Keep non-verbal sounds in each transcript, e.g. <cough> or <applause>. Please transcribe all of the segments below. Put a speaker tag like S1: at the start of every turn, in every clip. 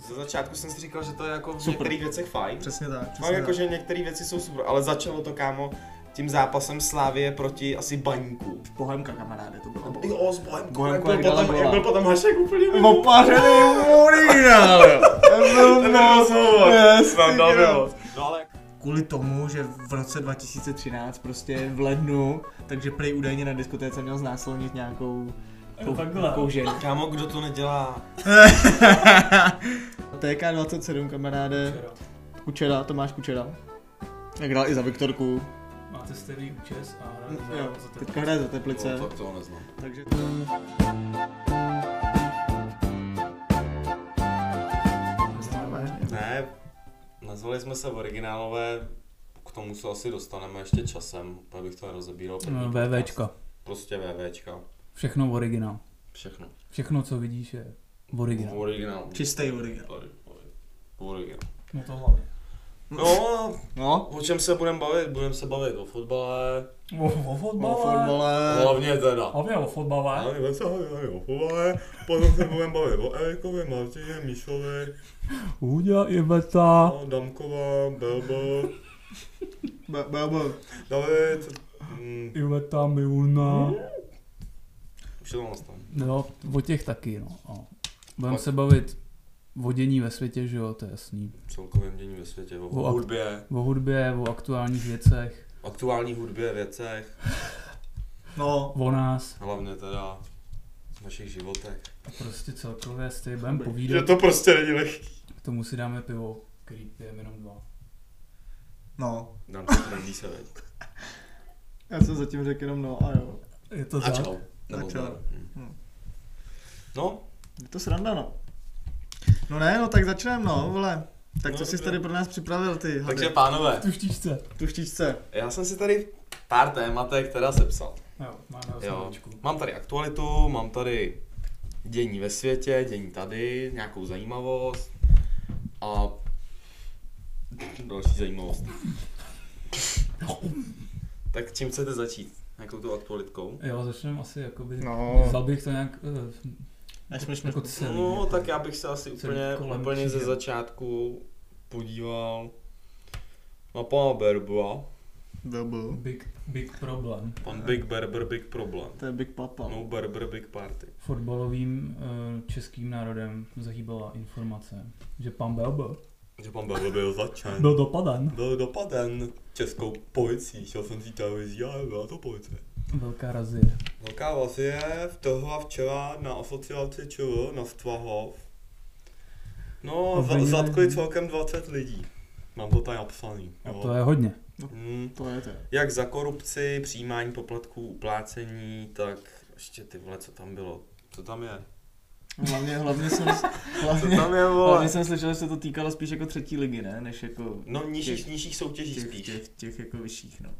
S1: Ze začátku jsem si říkal, že to je jako v
S2: Super.
S1: některých věcech fajn.
S3: Přesně tak. Přesně
S1: Mám jako,
S3: tak.
S1: že některé věci jsou super, ale začalo to kámo tím zápasem Slávie proti asi Baníku.
S2: Bohemka kamaráde, to bylo.
S1: Jo, s Bohem,
S2: Bohemko,
S1: jak,
S2: jak
S1: byl
S2: dala
S1: potom,
S2: gola.
S1: jak byl potom Hašek úplně mimo.
S2: Opařený Mourinho!
S1: Ten rozhovor.
S2: Yes,
S1: Sranda
S2: ty krás.
S1: bylo. No ale
S2: <laughs> Kvůli tomu, že v roce 2013, prostě v lednu, takže prej údajně na diskotéce měl znásilnit nějakou
S4: Jo, takhle.
S2: nějakou ženu.
S1: kámo, kdo to nedělá?
S2: TK27 kamaráde, Kučera, Tomáš Kučera. Jak hrál i za Viktorku.
S4: Máte stejný účes a hraje za,
S2: Mm, Jo,
S4: za
S2: teďka
S4: teďka...
S2: hraje za Teplice,
S1: No, tak toho neznám.
S2: takže...
S1: Ne, nazvali jsme se originálové, k tomu se asi dostaneme ještě časem, úplně bych to nerozebíral. první
S4: No,
S1: podcast.
S4: VVčka.
S1: Prostě VVčka,
S4: Všechno v originál.
S1: všechno.
S4: Všechno, co vidíš, je v originál.
S1: Originál.
S2: Čistý originál.
S1: Ori- ori- Originál.
S4: No to hlavně.
S1: No,
S2: No,
S1: o čem se budeme bavit? Budeme se bavit o fotbale,
S4: O, o
S2: o
S4: fotbale.
S2: fotbale.
S1: hlavně teda.
S4: Hlavně o fotbale.
S1: Hlavně se hlavně o fotbale, potom se budeme bavit o Erikovi, Martině, Míšovi,
S4: Hůďa i Beta.
S1: no, Damkova, Belbo,
S2: Ba- ba- ba-
S1: David, mm,
S4: I Beta Miuna.
S1: už je to vlastně nastane.
S4: Jo, o těch taky, no. A budeme
S1: Tak.
S4: se bavit o dění ve světě, že jo, to je jasný.
S1: celkovém dění ve světě, o
S4: O-
S1: hudbě,
S4: O hudbě, o aktuálních věcech,
S1: aktuální hudbě, věcech,
S2: No,
S4: o nás
S1: hlavně teda v našich životech.
S4: a prostě celkově s tím budeme povídat.
S1: to prostě není lehký.
S4: K tomu si dáme pivo, který pijeme jenom dva.
S2: no.
S1: Dám to trendí se, veď.
S2: Já jsem zatím řekl jenom no a jo.
S4: Je to
S1: A
S4: tak?
S1: čau. Nebo
S2: A čau.
S1: zdar. Hm.
S2: Hm.
S1: No,
S2: Je to sranda, no. No ne, no tak začneme, no, vole. Tak
S1: No,
S2: co jsi
S1: dobré.
S2: tady pro nás připravil, ty hady?
S1: takže pánové,
S4: Tuštičce.
S2: Tuštičce.
S1: já jsem si tady pár tématek teda sepsal.
S4: Jo, máme
S1: Jo.
S4: osmičku.
S1: Mám tady aktualitu, mám tady dění ve světě, dění tady, nějakou zajímavost a další zajímavost. tak čím chcete začít? Jakou tou aktualitkou?
S4: Jo, začneme asi jakoby...
S2: No.
S4: Vzal bych to nějak... Uh,
S2: Nesmyslně.
S4: jako celý.
S1: No, tak já bych se asi
S4: Celý
S1: úplně,
S4: kolem
S1: úplně ze
S4: křížem.
S1: začátku podíval na pana Berbua.
S2: Bilbo.
S4: Big, big problem.
S1: Pan Big Berber, Big Problem.
S2: To je Big Papa.
S1: No Berber, Big Party.
S4: Fotbalovým eh, českým národem zahýbala informace, že pan Belbo
S1: Že pan Berber byl začen.
S4: byl dopaden.
S1: Byl dopaden českou policií, šel jsem si televizí, ale byla to policie.
S4: Velká razie.
S1: Velká vazie vtrhla včera na asociaci ČR na Stvahov. No, a za,
S4: Obviněné.
S1: zatkli celkem 20 lidí. Mám to tady napsaný.
S4: A
S1: jo.
S4: to je hodně.
S1: Hmm,
S2: To je to. je.
S1: jak za korupci, přijímání poplatků, uplácení, tak ještě ty vole, co tam bylo? Co tam je?
S2: Hlavně, hlavně <laughs> jsem,
S1: Co
S2: hlavně,
S1: tam je,
S2: hlavně
S4: <laughs>
S1: vole?
S2: jsem slyšel, že se to týkalo spíš jako třetí ligy, ne? Než jako
S1: No, nižších,
S2: Těch-
S1: nižších soutěží
S2: těch,
S1: spíš.
S2: těch, těch jako vyšších, no.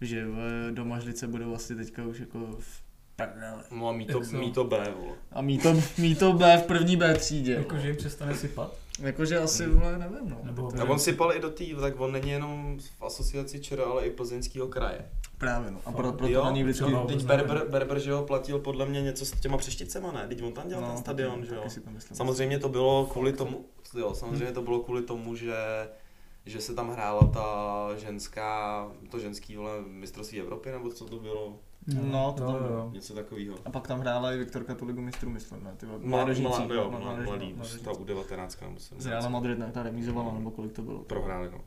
S2: Že v domažlice budou asi teďka už jako v prdele.
S1: No a mít to,
S4: Jak jsou?
S1: mít to B, vole.
S2: A mýto, mýto B v první B třídě. Jako,
S4: Jakože jim přestane sypat?
S2: Jakože asi, vole, nevím, no.
S4: Hmm. Nebo
S1: A on sypal i do té, tak on není jenom v asociaci ČR, ale i plzeňského kraje.
S2: Právě, no. A pro,
S4: Jo,
S2: proto na ní vždycky...
S4: jo,
S1: Teď
S4: vůbec
S1: Berber,
S4: nevím.
S1: Berber, že jo, platil podle mě něco s těma přešticema, ne? Teď on tam dělal ten stadion,
S2: No, taky-
S1: že jo.
S2: taky si to myslím.
S1: Samozřejmě to bylo kvůli tomu, jo, samozřejmě to bylo kvůli tomu, že že se tam hrála ta ženská, to ženský vole mistrovství Evropy, nebo co to bylo,
S2: No, to tam
S4: jo,
S2: bylo.
S4: jo.
S1: něco takového.
S2: A pak tam hrála i Viktorka tu ligu mistrů, myslím, ne? Ty vole,
S1: Mla-
S2: mládežníci,
S1: mla- jo,
S2: no,
S1: mla-
S2: mládežní,
S1: Mladý,
S2: no,
S1: ta U19 nebo
S2: Z
S1: 17.
S2: Real Madrid, ne? Ta remizovala, nebo kolik
S1: <laughs>
S2: to bylo.
S1: Prohráli, no.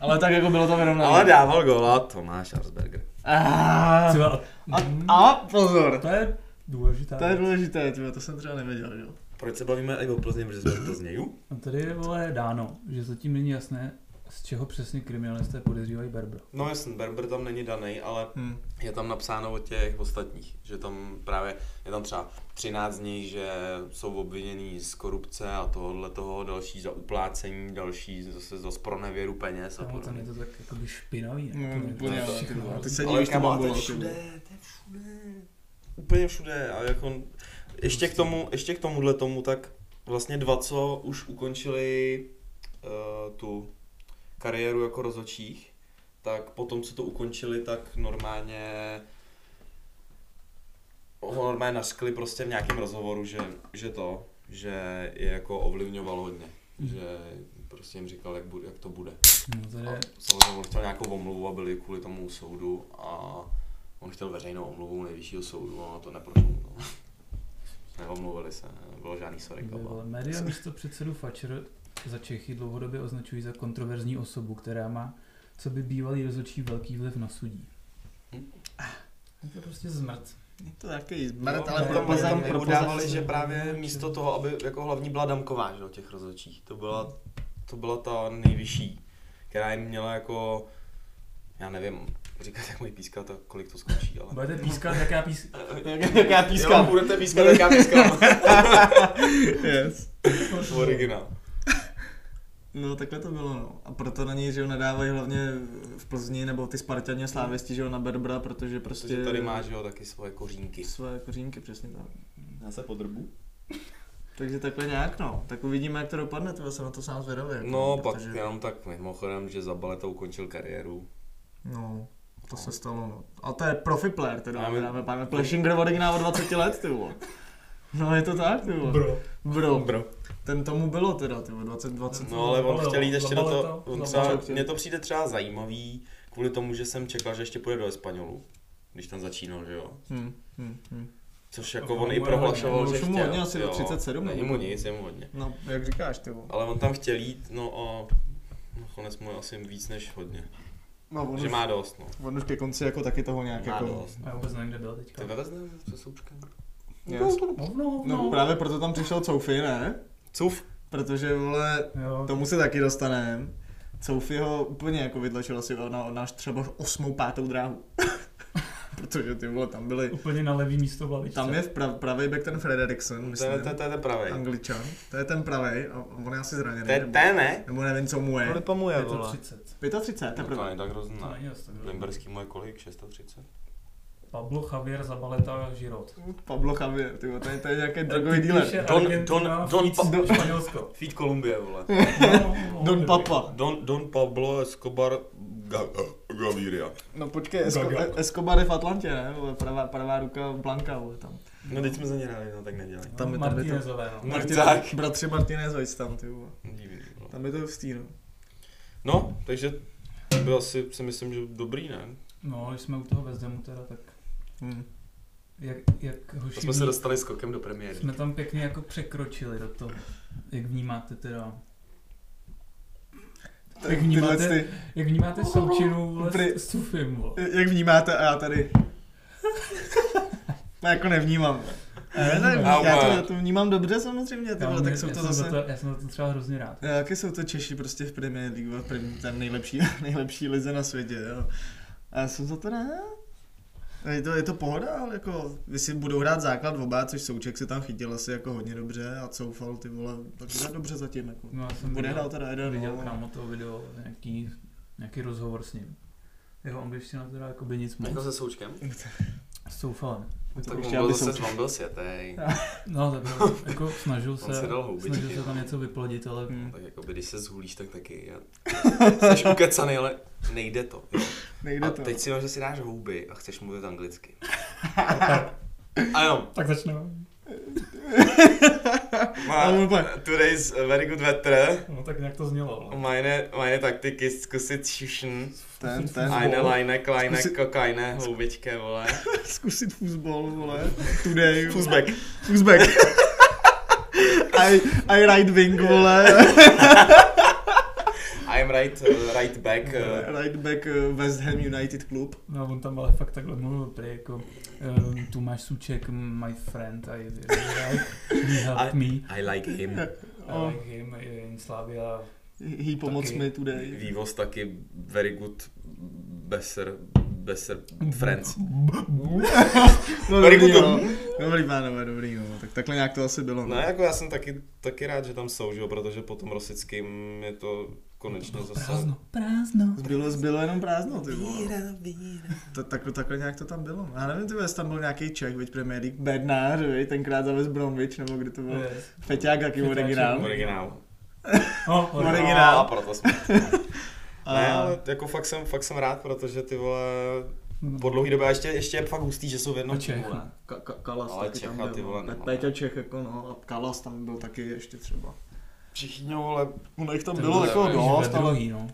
S2: Ale tak jako bylo to vyrovnané.
S1: Ale dával góla Tomáš Arsberger.
S2: Ah,
S4: Třeba, Mm,
S2: a, a pozor,
S4: To je důležitá
S2: to je
S4: věc.
S2: důležité, tyhle, to jsem třeba nevěděl, jo.
S1: Proč se bavíme i o Plzni, protože jsme v Plzni, ju?
S4: A tady je vole dáno, že zatím není jasné, z čeho přesně kriminalisté podezřívají Berbra.
S1: No jasně, Berber tam není daný, ale
S2: Hm.
S1: je tam napsáno o těch ostatních, že tam právě je tam třeba 13 z nich, že jsou obvinění z korupce a tohohle toho, další za uplácení, další zase za pronevěru peněz a
S4: Samo tam je
S1: podobně.
S4: to tak jakoby špinavý.
S2: No,
S4: ne? To
S2: úplně,
S4: je
S2: jo,
S4: všechno. prostě-
S2: ty vole, ty se-
S1: Ale
S2: Sedíš tam
S1: kamo, to je
S2: bylo, ty
S1: všude, to je všude, úplně všude a jako ještě k tomu, ještě k tomuhle tomu, tak vlastně dva, co už ukončili uh, tu kariéru jako rozhodčích, tak potom, co to ukončili, tak normálně ho normálně naskli prostě v nějakém rozhovoru, že, že to, že je jako ovlivňoval hodně. Že prostě jim říkal, jak, bude, jak to bude.
S4: No, tady
S1: A
S4: je
S1: samozřejmě on chtěl nějakou omluvu a byli kvůli tomu u soudu a on chtěl veřejnou omluvu u nejvyššího soudu a to neprošlo. No. <laughs> Neomluvili se, nebylo žádný sorry.
S4: Ty
S1: kaba.
S4: vole, Média místo předsedu Fatscher za Čechy dlouhodobě označují za kontroverzní osobu, která má co by bývalý rozhodčí velký vliv na sudí.
S3: Je to prostě zmrt.
S2: Je to taky
S1: No, ale
S2: zmrt, ale
S1: tam,
S2: pro
S1: tam
S2: tam
S1: prodávali,
S2: <laughs>
S1: že právě místo toho, aby jako hlavní byla Damková, že, jo, těch rozhodčích, to byla, to byla ta nejvyšší, která jim měla jako, já nevím, říkat jak mají pískat a kolik to skončí, ale...
S4: Budete pískat, jak já písk...
S2: Jak já pískám.
S1: Jo, budete pískat, jak já pískám.
S2: Yes.
S1: <laughs> Originál.
S2: No takhle to bylo, no. A proto na něj, že jo, nadávají hlavně v Plzni, nebo ty Spartani a Slávěsti, že jo, na Berbra, protože prostě...
S1: Protože tady má, že jo, taky svoje kořínky.
S2: Své kořínky, přesně tak.
S5: Já se podrbu.
S2: Takže takhle nějak, no. Tak uvidíme, jak to dopadne, to jsem na to sám zvědavý. jako,
S1: No, pak
S2: protože-
S1: jenom tak mimochodem, že za baleta ukončil kariéru.
S2: No, to se stalo, no. A to je profi player, teda,
S1: Máme-
S2: dáme, dáme pane Plešinger originál o 20 let, ty vole. No, je to tak, ty vole.
S3: Bro.
S2: Bro.
S1: Bro.
S2: Ten tomu bylo teda, ty vole, 20, 20.
S1: No ale on
S3: Zabalil,
S1: chtěl jít ještě do
S3: zabalil
S1: toho,
S3: to,
S1: on
S3: zabalil
S1: třeba,
S2: to.
S1: mně to přijde třeba zajímavý, kvůli tomu, že jsem čekal, že ještě půjde do Espanolu, když tam začínal, že jo.
S2: Hm, hm, hm.
S1: Což jako
S3: No,
S1: on i
S3: mu je
S1: prohlašoval,
S2: hodně,
S1: že
S2: už mu
S1: chtěl.
S2: hodně, asi do
S1: jo.
S2: 37
S1: Není
S2: nebo
S1: mu
S2: kolik.
S1: nic, je mu hodně.
S2: No, jak říkáš, ty vole.
S1: Ale on tam chtěl jít, no a nakonec mu je asi víc než hodně.
S2: No, on
S1: Že
S2: už,
S1: má dost, no.
S2: on už ke konci jako taky toho nějak
S1: Má
S2: jako...
S1: dost. no.
S4: Já vůbec nevím, kde byl teďka.
S1: Ty vevezne se součkem?
S2: Yes.
S4: Hovno, hovno.
S2: No, právě proto tam přišel Coufi, ne?
S1: Cuf.
S2: Protože, vole,
S4: Jo,
S2: Tomu se taky dostaneme. Soufie ho úplně jako vytlačil asi na, na až třeba osmou, pátou dráhu. <laughs> Protože ty vole, tam byli...
S4: úplně na levý místo v lavičce.
S2: Tam je v prav, pravý back ten Frederiksen,
S1: To je-
S2: myslím,
S1: to je to je ten pravej.
S2: angličan. To je ten pravý a on je asi zraněný.
S1: To je
S2: nebo-
S1: ten, ne?
S2: Nebo nevím, co mu je.
S1: Filipa mu
S4: je to 30.
S2: 35,
S1: No to
S2: teprve.
S1: není tak hrozný.
S4: To
S1: ne.
S4: není dost tak dobrý.
S1: Limberský mu je kolik? 630?
S4: Pablo Javier Zabaleta Žirot.
S2: Pablo Javier, ty vole, to je, to je nějaký drogový dealer.
S1: Don- Don- Don Pa-
S4: Španělsko.
S1: Feed Kolumbie, vole.
S4: No, no,
S2: Don
S4: dobrý.
S2: Papa.
S1: Don, Don Pablo Escobar Ga- Gaviria.
S2: No počkej, Esco,
S3: Gaga.
S2: Escobar je v Atlantě, ne? Vole, pravá, pravá ruka Blanka, vole, tam.
S1: No teď jsme za ně hráli, no tak nedělej.
S4: No,
S2: tam je- tam je to-
S4: Martinezové, no.
S1: No tak.
S2: Bratři Martinez, hoď tam, ty vole.
S1: Divný, vole.
S2: Tam je to hustý, no.
S1: No, takže to byl asi, si myslím, že dobrý, ne?
S4: No, když jsme u toho Vezdemu teda, tak
S2: Hm.
S4: jak, jak
S1: To
S4: hoši
S1: jsme se
S4: ví-
S1: dostali skokem do premiéry.
S4: jsme tam pěkně jako překročili do toho. Jak vnímáte teda? Jak
S2: Tyhle
S4: vnímáte-
S2: ty-
S4: Jak vnímáte součinu vole,
S2: Pri-
S4: s, s Sufim, vole?
S2: Jak vnímáte a já tady. <laughs> No jako nevnímám. Ne, ne,
S1: Au,
S2: já, to,
S1: au.
S2: já to vnímám dobře samozřejmě, <laughs> ty
S4: Já
S2: vole,
S4: mě-
S2: tak jsou
S4: já
S2: to
S4: jsem za
S2: zase...
S4: To, já jsem za to třeba hrozně rád.
S2: Já, Jaké jsou to Češi prostě v Premier League, v první, ten nejlepší, <laughs> nejlepší lize na světě, jo. A já jsem za to rád. A Je to, je to pohoda, ale jako, vy si budou hrát základ oba, což Souček si tam chytil asi jako hodně dobře a Coufal ty vole, tak dobře zatím, jako.
S4: No, já jsem
S2: Bude
S4: viděl,
S2: hrál teda jeden,
S4: viděl
S2: no.
S4: kámo to video, nějaký, nějaký rozhovor s ním. Jeho angličtina teda jako by nic
S1: Jako
S4: moc.
S1: se součkem?
S4: Soufalem.
S1: Tak on
S2: ještě,
S1: byl
S2: aby
S1: zase,
S2: Souček-
S1: on byl sjetej.
S4: No, tak jo, jako snažil
S1: On se
S4: se,
S1: dal houbičky.
S4: snažil se tam něco vyplodit, ale
S2: Hm,
S1: Tak jako by, když se zhulíš, tak taky. Já. Jsi ukecanej, ale nejde to. Jo.
S2: nejde
S1: A
S2: to.
S1: teď si vem, že si dáš houby a chceš mluvit
S2: <laughs>
S1: anglicky. A jo.
S4: Tak začneme.
S1: Má,
S2: Ale úplně.
S1: today's very good weather.
S4: No tak nějak to znělo.
S1: Meine, meine taktiky zkusit šišn.
S2: Ten, ten,
S1: Eine,
S2: vole.
S1: line, kleine,
S2: Zkusit-
S1: kokajne, houbičke, vole.
S2: zkusit fuzbol, vole, today. vole.
S1: Fuzbek.
S2: <laughs> Uzbek. I, I right wing, vole.
S1: I'm right, uh, right back. Uh,
S2: Right back eh, West Ham United klub.
S4: No on tam ale fakt takhle mluvil, prý jako ehm, tu máš suček, my friend, I really like, he helped me.
S1: I like him.
S4: I like him eh, in Slavia.
S2: He pomoc
S4: Taky.
S2: mi today.
S1: Vývoz taky very good besser, besser friends.
S2: No
S1: Very
S2: dobrý,
S1: good.
S2: no. Dobrý, pánové, dobrý, no. Tak takhle nějak to asi bylo.
S1: No jako já jsem taky, taky rád, že tam jsou, že jo, protože po tom rosickým je to
S2: No,
S1: konečně zase...
S4: Prázdno, prázdno.
S2: Zbylo, zbylo jenom prázdno, ty vole. To, tak, takhle nějak to tam bylo. Já nevím, ty vole, jestli tam byl nějaký Čech, viď Premier League, Bednář, viď, tenkrát za West Bromwich, nebo kdy to bylo.
S4: Yes.
S2: Feťák taky
S4: Feťáček.
S2: originál.
S1: Originál.
S4: No,
S2: Origi-
S4: origi-
S2: Originál.
S1: No, proto jsme.
S2: A
S1: Ne, ale jako fakt jsem, fakt jsem rád, protože ty vole, Po dlouhý době a ještě, ještě je fakt hustý, že jsou v jednom
S4: A No, Čech.
S1: týmu, ne?
S2: Ka- ka- Kalas
S1: Ale
S2: taky
S1: Čecha,
S2: tam byl. no.
S1: ty vole,
S2: Pe-
S1: nemám.
S2: Péťa Čech jako no, a Kalas tam byl taky ještě třeba.
S1: Všichni, no, vole, ono jich tam
S4: Ten
S1: bylo
S4: byl
S1: jako
S4: ve-
S1: dost,
S4: ve
S1: ale...
S4: druhý, no.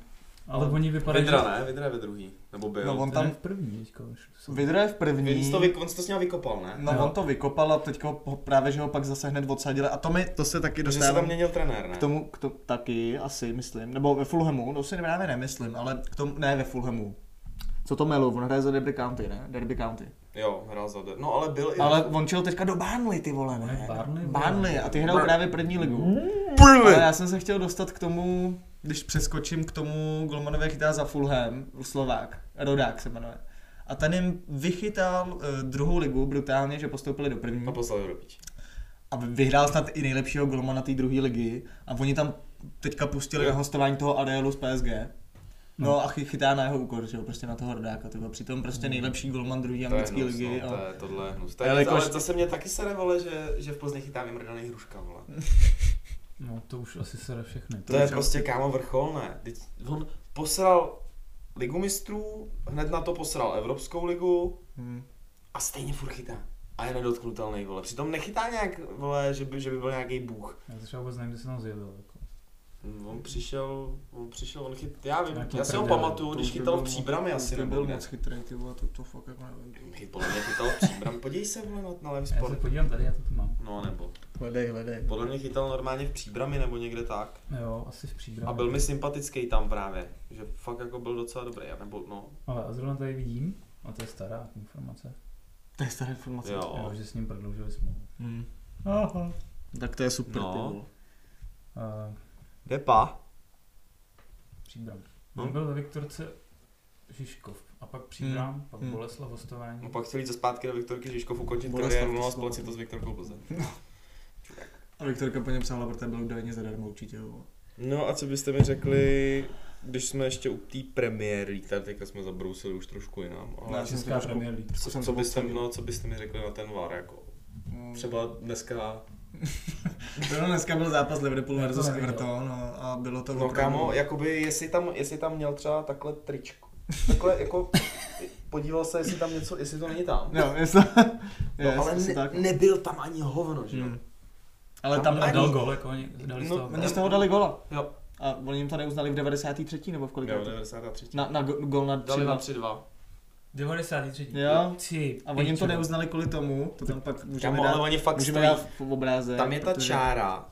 S4: Ale oni vypadají,
S1: Vidra No, ne, Vidra je ve druhý, nebo byl.
S2: No,
S1: No,
S2: on
S4: On tam
S2: tam,
S4: v první, teďka už.
S2: Vidra je v první.
S1: Vince to, vy, on to s ním vykopal, ne?
S2: No,
S4: Jo.
S2: on to vykopal a teďka ho, právě, že ho pak zase hned odsadili. A to mi, to se taky
S1: Protože se tam
S2: dostávám
S1: měnil trenér, ne?
S2: k tomu, k to, taky asi, myslím. Nebo ve Fulhamu, to si právě nemyslím, ale k tomu, ne ve Fulhamu. Co to melu, on hraje za Derby County, ne? Derby County.
S1: Jo, hrál za... No, ale byl i...
S2: Ale on čel teďka do Burnley, ty vole, Mm. ne?
S4: Ne, Burnley, vole.
S2: Burnley, a ty hrajou právě první ligu. Ale
S1: Brli!
S2: já jsem se chtěl dostat k tomu, když přeskočím k tomu, Golmanové chytá za Fulham, Slovák, Rodák se jmenuje. A ten jim vychytal eh, druhou ligu brutálně, že postoupili do první.
S1: A poslali ho do piči.
S2: a vyhrál snad i nejlepšího golmana té druhé ligy a oni tam teďka pustili na hostování toho Adélu z PSG. No a chy- chytá na jeho úkor, že jo, prostě na toho Rodáka, to byl přitom prostě nejlepší golman druhé
S1: To je
S2: anglické
S1: hnus,
S2: ligy.
S1: no, to
S2: a...
S1: je, tohle je hnus. To
S2: Ale
S1: je, ale,
S2: jakož-
S1: ale zase mě taky sere, vole, že, že v Plzni chytá vymrdaný hruška, vole.
S4: No to už asi sere všechny.
S1: To, to je
S2: už
S1: prostě kámo vrchol, ne? Teď on posral ligu mistrů, hned na to posral Evropskou ligu
S2: Hmm.
S1: a stejně furt chytá. A je nedotknutelný, vole. Přitom nechytá nějak, vole, že by, že by byl nějaký bůh.
S4: Já třeba vůbec nevím, kde se tam zjevil. Jako.
S1: No, On přišel, on přišel, on chyt, já vím,
S4: Nějaký
S1: já si ho
S4: prdel.
S1: pamatuju, když chytal v Příbrami asi,
S2: To
S1: nebo
S2: byl
S1: kde.
S2: moc chytrý, ty vole, to, to fakt jako nevím.
S1: Chyt, Hm, podle mě chytal v Příbrami, podívej se, vole, na, na Live
S4: Já se
S1: Sport.
S4: podívám tady, já to tu mám.
S1: No nebo.
S2: Hledej, hledej.
S1: Podle mě chytal normálně v Příbrami nebo někde tak.
S4: Jo, asi v příbramě.
S1: A byl mi sympatický tam právě, že fakt jako byl docela dobrý, já nebo no.
S4: Ale a zrovna tady vidím, a to je stará informace,
S2: To je stará informace.
S1: Jo.
S4: jo, že s ním prodloužili smlouvu.
S2: Hmm.
S4: Aha.
S2: Tak to je super,
S1: No.
S2: ty vole.
S4: Uh,
S1: Depa?
S4: příbram.
S1: No.
S4: On byl ve Viktorce Žižkov a pak Příbram, pak
S2: Hmm.
S4: Boleslav Hostování.
S1: No pak chtěl jít ze zpátky do Viktorky Žižkov ukončit
S2: Boleslav
S1: kariéru, no a
S2: Kislova.
S1: spojit si to s Viktorkou Plzeň.
S2: A Viktorka po něm psala, protože byl údajně zadarmo určitě, jo.
S1: No a co byste mi řekli, když jsme ještě u té Premier League, tady teďka jsme zabrousili už trošku jinam, ale
S2: Ne,
S4: Česká Premier League.
S1: co, co, byste, no, co byste mi řekli na ten VAR, jako
S2: Hmm.
S1: třeba dneska,
S2: No, dneska byl zápas Liverpool
S4: Já to
S2: versus
S4: neviděl.
S2: Everton no, a bylo to
S1: no kámo, jakoby jestli tam, jestli tam měl třeba takhle tričko, takhle jako podíval se, jestli tam něco, jestli to není tam.
S2: Jo, <laughs> jestli...
S1: No, ale
S2: jestli
S1: ne,
S2: tak.
S1: nebyl tam ani hovno, že jo?
S2: Hmm. Ale
S1: Tam
S2: tam...
S4: A
S1: ani-
S4: dal gol, jako oni dali z
S1: No,
S4: toho.
S2: Oni z toho dali gola.
S1: Jo.
S2: A oni jim to neuznali v 93. nebo v kolik?
S1: Jo,
S2: Jo,
S1: 93.
S2: na, na go- gol na 3.
S1: Dali na 3-2.
S4: 93.
S2: Jo.
S4: Ty,
S2: A oni jim to
S4: pičo.
S2: neuznali kvůli tomu, to tam pak můžeme
S1: no. Kámo, ale
S2: dát,
S1: oni fakt
S2: můžeme
S1: stojí.
S2: dát v v obrázek.
S1: Tam je ta čára,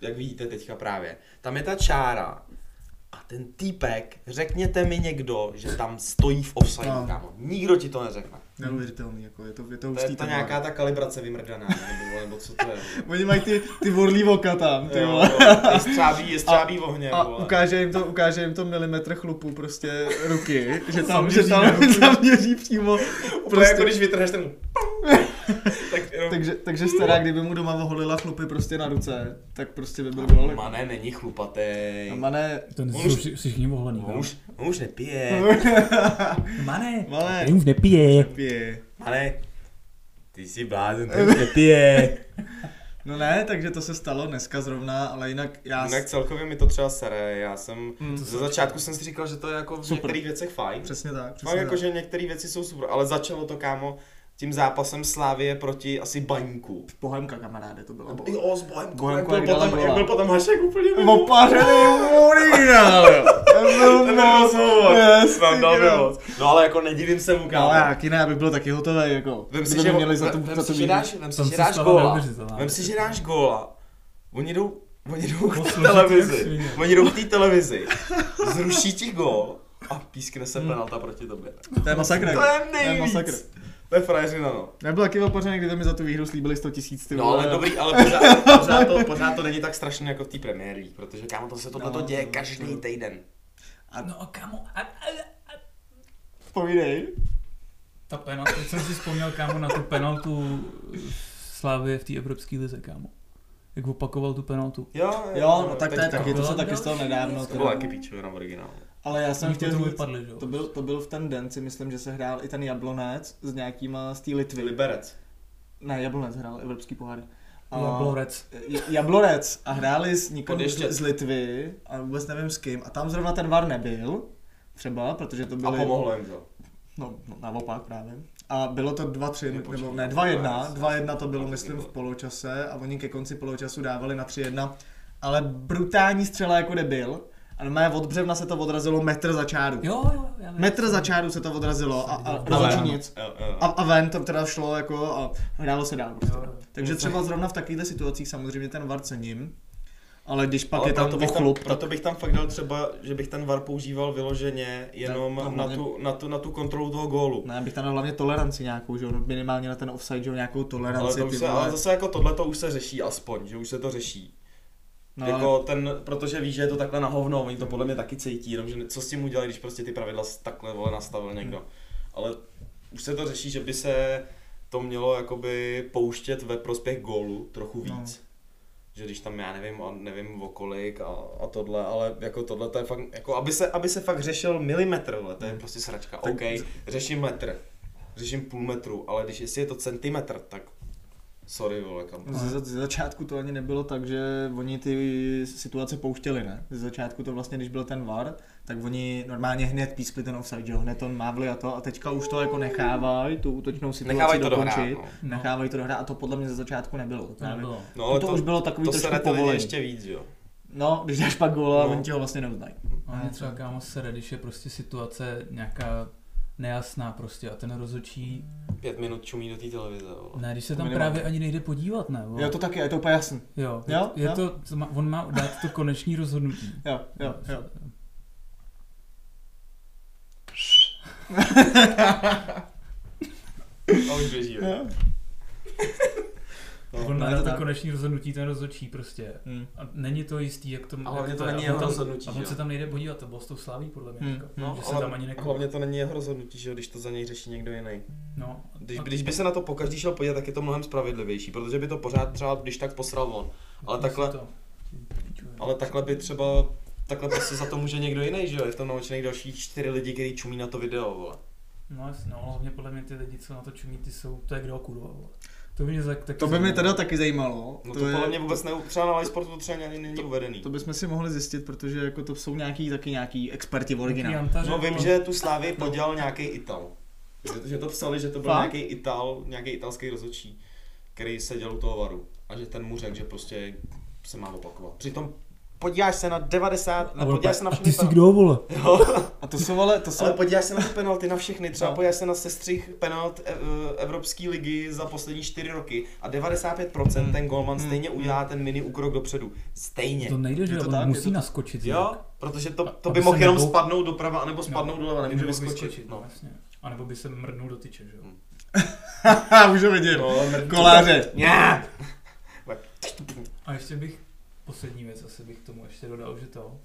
S1: jak vidíte teďka právě, tam je ta čára a ten týpek, řekněte mi někdo, že tam stojí v offside,
S2: No.
S1: no. kámo. Nikdo ti to neřekne.
S2: Neuvěřitelný, jako je to, je to
S1: To je
S2: hustý
S1: ta
S2: téma.
S1: nějaká ta kalibrace vymrdaná, nebo, nebo co to je.
S2: Oni mají ty, ty vorlí oka tam, ty
S1: Jo,
S2: vole.
S1: jo, je střábí, je střábí v ohně,
S2: A
S1: vole.
S2: ukáže jim, to, ukáže jim to milimetr chlupu prostě
S1: <laughs>
S2: ruky, že tam, že
S4: Zaměří na
S2: tam <laughs>
S4: ruku.
S2: zaměří přímo.
S1: Úplně
S2: Prostě,
S1: jako když vytrhneš
S2: <laughs>
S1: ten... tak jenom...
S2: takže, takže stará, kdyby mu doma voholila chlupy prostě na ruce, tak prostě by byl gol.
S1: Mané není chlupatej.
S2: A <laughs> Mané,
S4: Ten
S1: On
S4: jsou
S1: už-
S4: vši- všichni vohlený.
S1: On
S4: jo?
S1: už, on už
S2: <laughs>
S1: nepije.
S4: Mane!
S2: Mane.
S4: Ten už nepije.
S2: pije.
S1: Mané, ty jsi blázen, to už nepije.
S2: No ne, takže to se stalo dneska zrovna, ale jinak já...
S1: Jinak celkově mi to třeba sere, já jsem,
S2: Mm.
S1: mm, ze začátku jsem si říkal, že to je jako v
S2: Super.
S1: některých věcech fajn.
S2: Přesně tak, přesně
S1: Fakt jako,
S2: tak.
S1: že některé věci jsou super, ale začalo to kámo tím zápasem Slávie proti asi Baníku. jako
S2: Bohemka kamaráde to bylo.
S1: Jo, s Bohemkou, jak
S2: Bohemku,
S1: byl,
S2: jak dala
S1: potom,
S2: gola.
S1: jak byl potom Hašek úplně mimo.
S2: Opařený Mourinho! To byl
S1: Ten byl souboj,
S2: Yes,
S1: nám
S2: ty
S1: dal
S2: krás.
S1: vymoc. No ale jako nedivím se mu
S2: Ale
S1: kámo.
S2: jak jiné, abych byl taky hotový, jako.
S1: Vem si,
S2: Kdyby
S1: že,
S2: mě měli za to,
S1: vem,
S2: za
S1: vem
S2: to
S1: si, že
S2: vyjít.
S1: dáš, vem si,
S4: Tam
S1: že
S4: se
S1: dáš
S4: stalo
S1: góla.
S4: neuvěřitelná.
S1: Vem si, že dáš góla. Oni jdou, oni jdou k té
S4: Poslouchej, jak
S1: televizi.
S4: svině.
S1: Oni jdou k té televizi. Zruší ti gól a pískne se penalta proti tobě.
S2: To je masakr.
S1: To je
S2: To je
S1: nejvíc.
S2: masakr.
S1: To je frajeřina, no.
S2: Nebyl taky opařený, kdyby mi za tu výhru slíbili 100 tisíc, ty
S1: No
S2: vole.
S1: ale dobrý, ale pořád, pořád, to, pořád to není tak strašné jako v té premiéry, protože kámo, to se tohle
S2: No,
S1: to děje
S2: to-
S1: každý
S2: to-
S1: týden.
S4: No a kamo, a, a, a,
S2: Povídej.
S4: ta penalta, teď jsem si vzpomněl kámo na tu penaltu Slávy v té Evropské lize, kámo. Jak opakoval tu penaltu.
S1: Jo,
S2: Jo, no tak to je
S1: teďka.
S2: taky, to se
S4: Byla
S2: taky stalo
S4: další
S2: nedávno.
S1: To
S2: teda.
S1: bylo taky píčovina v originálu.
S2: Ale já jsem
S4: Oni
S2: chtěl
S4: potom
S2: říct,
S4: vypadli, že jo?
S2: to byl, to byl v ten den, si myslím, že se hrál i ten Jablonec s nějakýma z té Litvy.
S1: Liberec.
S2: Ne, Jablonec hrál evropský pohár. A-
S4: Jablorec.
S2: J- Jablonec a hráli s
S1: Pod
S2: nikým
S1: ještě.
S2: z z Litvy a vůbec nevím s kým a tam zrovna ten VAR nebyl třeba, protože to
S1: A
S2: byly...
S1: pomohlo jim to.
S2: No, no, naopak právě. A bylo to 2-3,
S1: Jo,
S2: nebo
S1: počkej,
S2: ne,
S1: to
S2: 2-1,
S1: bylo
S2: 2-1 to bylo,
S1: jasný.
S2: myslím, v poločase a oni ke konci poločasu dávali na 3-1, ale brutální střela jako debil. A normálně od břevna se to odrazilo metr za čáru.
S4: Jo, jo, já vím.
S2: Metr za čáru se to odrazilo a, a
S4: Ale-
S2: rozhodčí nic.
S1: Jo, jo, jo.
S2: A, a ven to teda šlo jako a hrálo se dál. Prostě.
S4: Jo, jo.
S2: Takže třeba zrovna v takovýchhle situacích samozřejmě ten VAR cením, ale když pak
S1: Ale
S2: je tam
S1: proto bych
S2: ochlup,
S1: tam,
S2: tak
S1: proto bych tam fakt dal třeba, že bych ten VAR používal vyloženě jenom
S2: Tak, no,
S1: na,
S2: hlavně-
S1: tu, na, tu, na tu kontrolu toho gólu.
S2: ne, bych tam dal hlavně toleranci nějakou, že jo, minimálně na ten offside, že jo, nějakou
S1: Ale,
S2: toleranci,
S1: to už se,
S2: vole.
S1: ale zase jako tohle to už se řeší aspoň, že už se to řeší. No,
S2: ale-
S1: jako ten, protože ví, že je to takhle na hovno, oni to podle mě taky cítí, jenomže ne- co s tím udělají, když prostě ty pravidla s- takhle vole
S2: Hmm.
S1: nastavil někdo. Ale už se to řeší, že by se to mělo jakoby pouštět ve prospěch gólu trochu
S2: No.
S1: víc. Že když tam já nevím, a nevím o kolik a, a tohle, ale jako tohle to je fakt, jako aby se, aby se fakt řešil milimetr, vole, to je
S2: Hmm.
S1: prostě sračka.
S2: Tak-
S1: OK, řeším metr, řeším půl metru, ale když jestli je to centimetr, tak sorry vole, kam.
S2: Ze, za- ze začátku to ani nebylo tak, že oni ty situace pouštěli, ne? Ze začátku to vlastně, když byl ten VAR, tak oni normálně hned pískli ten offside, že jo? Hned to mávli a to a teďka už to jako nechávají, tu útočnou situaci
S1: Nechávají to
S2: dokončit.
S1: dohrát, no.
S4: No.
S2: Nechávají to dohrát a to podle mě ze začátku nebylo. To,
S4: To
S2: nebylo.
S4: nebylo.
S1: No, ale
S2: to, to, už bylo takový
S1: to se
S2: trošku
S1: na to lidi
S2: povolení.
S1: ještě víc, jo.
S2: No, když dáš pak góla,
S1: No.
S2: no. oni ti ho vlastně neuznají.
S4: A mě třeba kámo sere, když je prostě situace nějaká nejasná prostě a ten rozhodčí,
S1: Pět minut čumí do té televize, vole.
S4: ne, když se tam
S2: Minimálně.
S4: právě ani nejde podívat, ne? vole?
S2: Jo, to taky, je to úplně jasný.
S4: Jo,
S2: Jo,
S4: jo, je
S2: jo.
S4: to, co má- on má dát to konečný rozhodnutí.
S2: Jo, jo, jo.
S1: A už běží, jo.
S2: jo.
S4: On má
S2: No, je to
S4: dát to
S2: tak.
S4: konečný rozhodnutí, ten rozhodčí prostě.
S2: Hmm.
S4: A není to jistý, jak to
S1: A hlavně
S4: jak
S1: to
S4: je.
S1: není
S4: A
S1: jeho
S4: on tam-
S1: rozhodnutí,
S4: A
S1: že
S4: on
S1: jo?
S4: se tam nejde podívat, to bylo s tou slaví podle mě.
S2: Hmm.
S4: jako,
S1: No,
S4: že se
S1: ale
S4: tam ani nekoukal.
S1: Hlavně to není jeho rozhodnutí, že jo, když to za něj řeší někdo jiný.
S4: No,
S1: Když,
S4: a-
S1: když by se na to pokaždý šel podívat, tak je to mnohem spravedlivější, protože by to pořád třeba, když tak posral on. ale
S4: myslím
S1: takhle-
S4: to. Pičuje.
S1: Ale takhle by třeba, takhle prostě za to může někdo jiný, že jo? Je tam naučených dalších čtyři lidi, kteří čumí na to video, vole.
S4: No jasně, no, ale hlavně podle mě ty lidi, co na to čumí, ty jsou, to je kdo kurva, vole. To by mě tak, taky
S2: To by mě
S4: zajímalo.
S2: teda taky zajímalo.
S1: No to, to
S2: je-
S1: podle mě vůbec ne, třeba na iSportu to třeba ani není uvedený.
S2: To bychom si mohli zjistit, protože jako to jsou nějaký taky nějaký experti v
S4: Nějaký
S2: originálu.
S4: jantaře,
S1: No vím,
S4: to-
S1: že tu Slávy
S4: No.
S1: podělal nějaký Ital. Že, že to psali, že to byl
S2: Fakt?
S1: nějaký Ital, nějaký italský rozhodčí, který seděl u toho varu. A že ten mu řekl, že prostě se má opakovat. Přitom podíváš se na 90,
S4: A
S1: no,
S4: on
S1: podíváš
S4: pak-
S1: se na
S4: a
S1: všechny
S4: ty jsi kdo, vole?
S2: A to jsou ale, to jsou...
S1: ale podíváš se na ty penalty, na všechny, třeba
S2: No.
S1: podíváš se na sestřih penalt eh, eh, Evropské ligy za poslední 4 roky a 95%
S2: Hmm.
S1: ten golman
S2: Hmm.
S1: stejně udělá ten mini úkrok dopředu. Stejně.
S4: To nejde, že
S2: Je to
S4: on
S2: tak, je
S4: musí
S2: to-
S4: naskočit.
S1: Jo, protože to,
S4: A-
S1: to
S4: aby
S1: by
S4: se
S1: mohl jenom
S4: nedou-
S1: spadnout doprava, nebo spadnout doleva, nemůže
S4: Nebo
S1: vyskočit.
S4: No.
S1: No.
S4: Jasně. A nebo by se mrnul do tyče, že jo?
S1: Hmm.
S2: Haha, už ho viděl.
S1: No, mrtvý.
S2: Koláře.
S1: Ně.
S4: A ještě bych, poslední věc, asi bych k tomu ještě dodal, že to,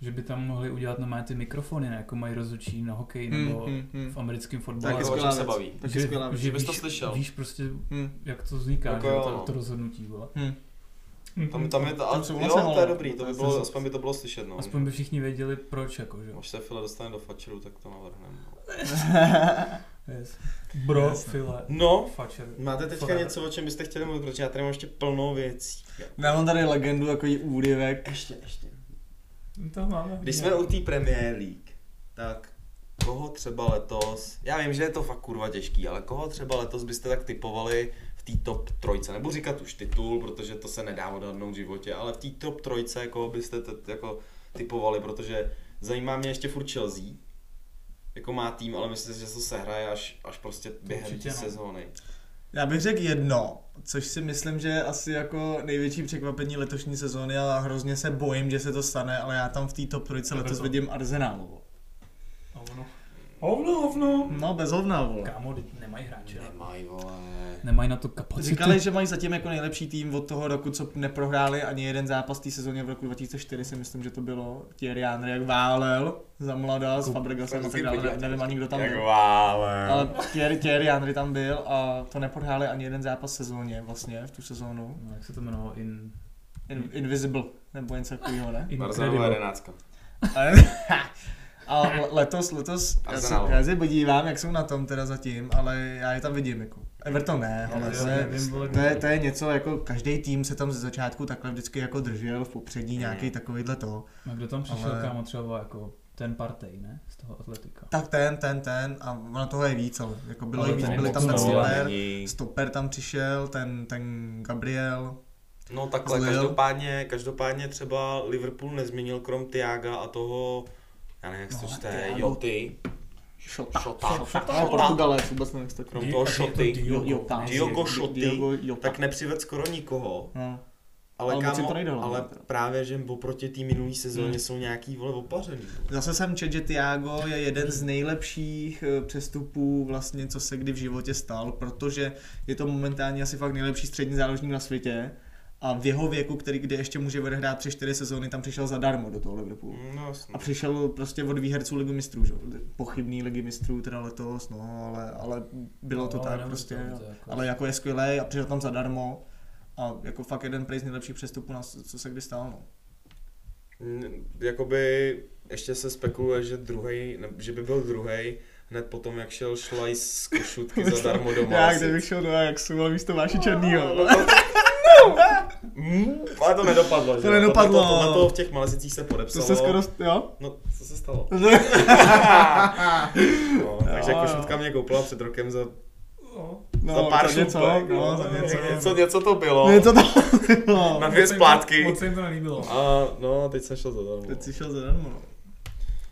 S4: že by tam mohli udělat normálně ty mikrofony, ne? jako mají rozhodčí na hokej
S1: Hmm,
S4: nebo v americkém fotbale.
S2: Hmm, Taky
S1: o
S2: skvělá
S1: čem se
S2: věc.
S1: baví.
S2: Taky skvělá věc.
S1: Že bys to slyšel.
S4: Víš prostě,
S2: Hm.
S4: jak to vzniká,
S1: Jako
S4: že?
S1: jo,
S4: jo,
S1: no.
S4: to, to rozhodnutí, vole.
S1: Hmm.
S4: Mhm.
S2: Hm.
S1: Tam, tam je to,
S2: Tam
S1: a,
S2: jsou vlastně
S1: jo, to je
S2: malé.
S1: dobrý, to by
S2: To
S1: bylo,
S2: jsou-
S1: aspoň by to bylo slyšet, no.
S4: Aspoň by všichni věděli, proč, jako, že jo.
S1: Až se Fila dostane do fačeru, tak to navrhneme. no.
S4: Yes. Bro, file,
S1: No,
S4: fačer.
S1: máte teďka
S4: Fora.
S1: něco, o čem byste chtěli mluvit, protože já tady mám ještě plnou věcí.
S2: Já mám tady legendu, jako jí úryvek.
S1: Ještě, ještě.
S4: To máme.
S1: Když jsme u té Premier League, tak koho třeba letos, já vím, že je to fakt kurva těžký, ale koho třeba letos byste tak typovali v té top trojce, nebo říkat už titul, protože to se nedá odhadnout v životě, ale v té top trojce, koho byste t- jako typovali, protože zajímá mě ještě furt Chelsea, jako má tým, ale myslím si, že to se hraje až, až prostě během
S4: Určitě
S1: té
S4: no.
S1: sezóny.
S2: Já bych řekl jedno, což si myslím, že je asi jako největší překvapení letošní sezóny a hrozně se bojím, že se to stane, ale já tam v té top 3 letos
S4: Brzo.
S2: vidím Arsenálu.
S4: Hovno. Hovno, hovno.
S2: No, bez hovna, vole.
S4: Kámo, teď nemají hráče.
S1: Nemají, vole.
S4: Nemají na to kapacitu.
S2: Říkali, že mají zatím jako nejlepší tým od toho roku, co neprohráli ani jeden zápas té sezóně v roku 2004, si myslím, že to bylo. Thierry Henry jak válel za mladá
S1: Jako
S2: s
S4: Kup-
S2: Fabregasem a tak
S1: Kup-
S2: dále, ne- nevím ani kdo tam
S1: Jak
S2: byl.
S1: vále.
S2: Ale Thierry, Thierry Henry tam byl a to neprohráli ani jeden zápas v sezóně vlastně, v tu sezónu.
S4: No, jak se to jmenovalo? In...
S2: In,
S1: Hmm.
S2: invisible, nebo něco
S1: <laughs>
S2: takového, ne?
S1: Barcelona
S4: Incredible.
S1: jedenáctka.
S2: Ale- A le- letos, letos, já se,
S1: Arsenal.
S2: já se podívám, jak jsou na tom teda zatím, ale já je tam vidím jako. Everton ne, ale
S1: Jo,
S2: to je,
S1: nevím, vole,
S2: to je, to je něco, jako každý tým se tam ze začátku takhle vždycky jako držel v popředí nějaký
S1: Mm.
S2: takovýhle to.
S4: A kdo tam přišel,
S2: Ale-
S4: kámo, třeba jako ten partej, ne? Z toho atletika.
S2: Tak ten, ten, ten a ono toho je víc, ale jako bylo
S4: Ale
S2: ale víc,
S4: ten je
S2: byli
S4: moc
S2: tam ten
S4: málo,
S2: stoper,
S1: není.
S2: stoper tam přišel, ten, ten Gabriel,
S1: No takhle,
S2: Zlil.
S1: každopádně, každopádně třeba Liverpool nezměnil krom Tiaga a toho, já nevím, jak se to
S2: No,
S1: čte,
S2: Thiago.
S1: Joty,
S2: Šota.
S1: Šota.
S2: Šota. Portugalec vůbec nevím, jak se to
S1: krom toho
S2: jako
S1: Šoty,
S2: Jota.
S1: Diogo Šoty,
S2: Diogo Jota.
S1: tak nepřived skoro nikoho.
S2: No.
S1: Ale,
S2: Ale moc jim
S1: kámo,
S2: to nejde, no.
S1: ale právě, že oproti té minulý sezóně
S2: Hmm.
S1: jsou nějaký vole opařený.
S2: Zase jsem čet, že Tiago je jeden z nejlepších eh, přestupů vlastně, co se kdy v životě stal, protože je to momentálně asi fakt nejlepší střední záložník na světě a v jeho věku, který kde ještě může odehrát 3-4 sezóny, tam přišel zadarmo do toho Liverpoolu.
S1: No jasně.
S2: A přišel prostě od výherců ligy mistrů, že? jo? pochybný ligy mistrů teda letos, no, ale, ale bylo to
S4: No,
S2: tak
S4: nebylo
S2: prostě.
S4: to
S2: jo.
S4: tak, jako-
S2: ale jako je skvělý a přišel tam zadarmo a jako fakt jeden prej z nejlepších přestupů, na, co se kdy stalo. No.
S1: Mm, Jakoby ještě se spekuluje, že druhý, že by byl druhý hned potom, jak šel Šlajs z
S2: <laughs>
S1: košutky zadarmo do
S2: Já
S1: Malasic.
S2: kdybych šel do Ajaxu, ale místo Váši Černýho.
S1: No, to- Mm, Ale to nedopadlo, že?
S2: To
S1: jo?
S2: nedopadlo.
S1: Tohle to, tohle to v těch Malezicích se
S2: To
S1: podepsalo.
S2: se skoro, jo?
S1: No, co se
S2: <laughs>
S1: stalo? No,
S2: Jo,
S1: takže
S2: jo.
S1: košutka mě koupila před rokem za,
S2: No,
S1: za pár No.
S2: za něco,
S1: šupek,
S2: no, za něco.
S1: něco, něco to bylo.
S2: Něco <laughs> no. to bylo.
S1: Na dvě splátky.
S3: Moc se jim to nelíbilo.
S1: A no, teď jsem šel zadarmo.
S2: Teď jsi šel zadarmo, no.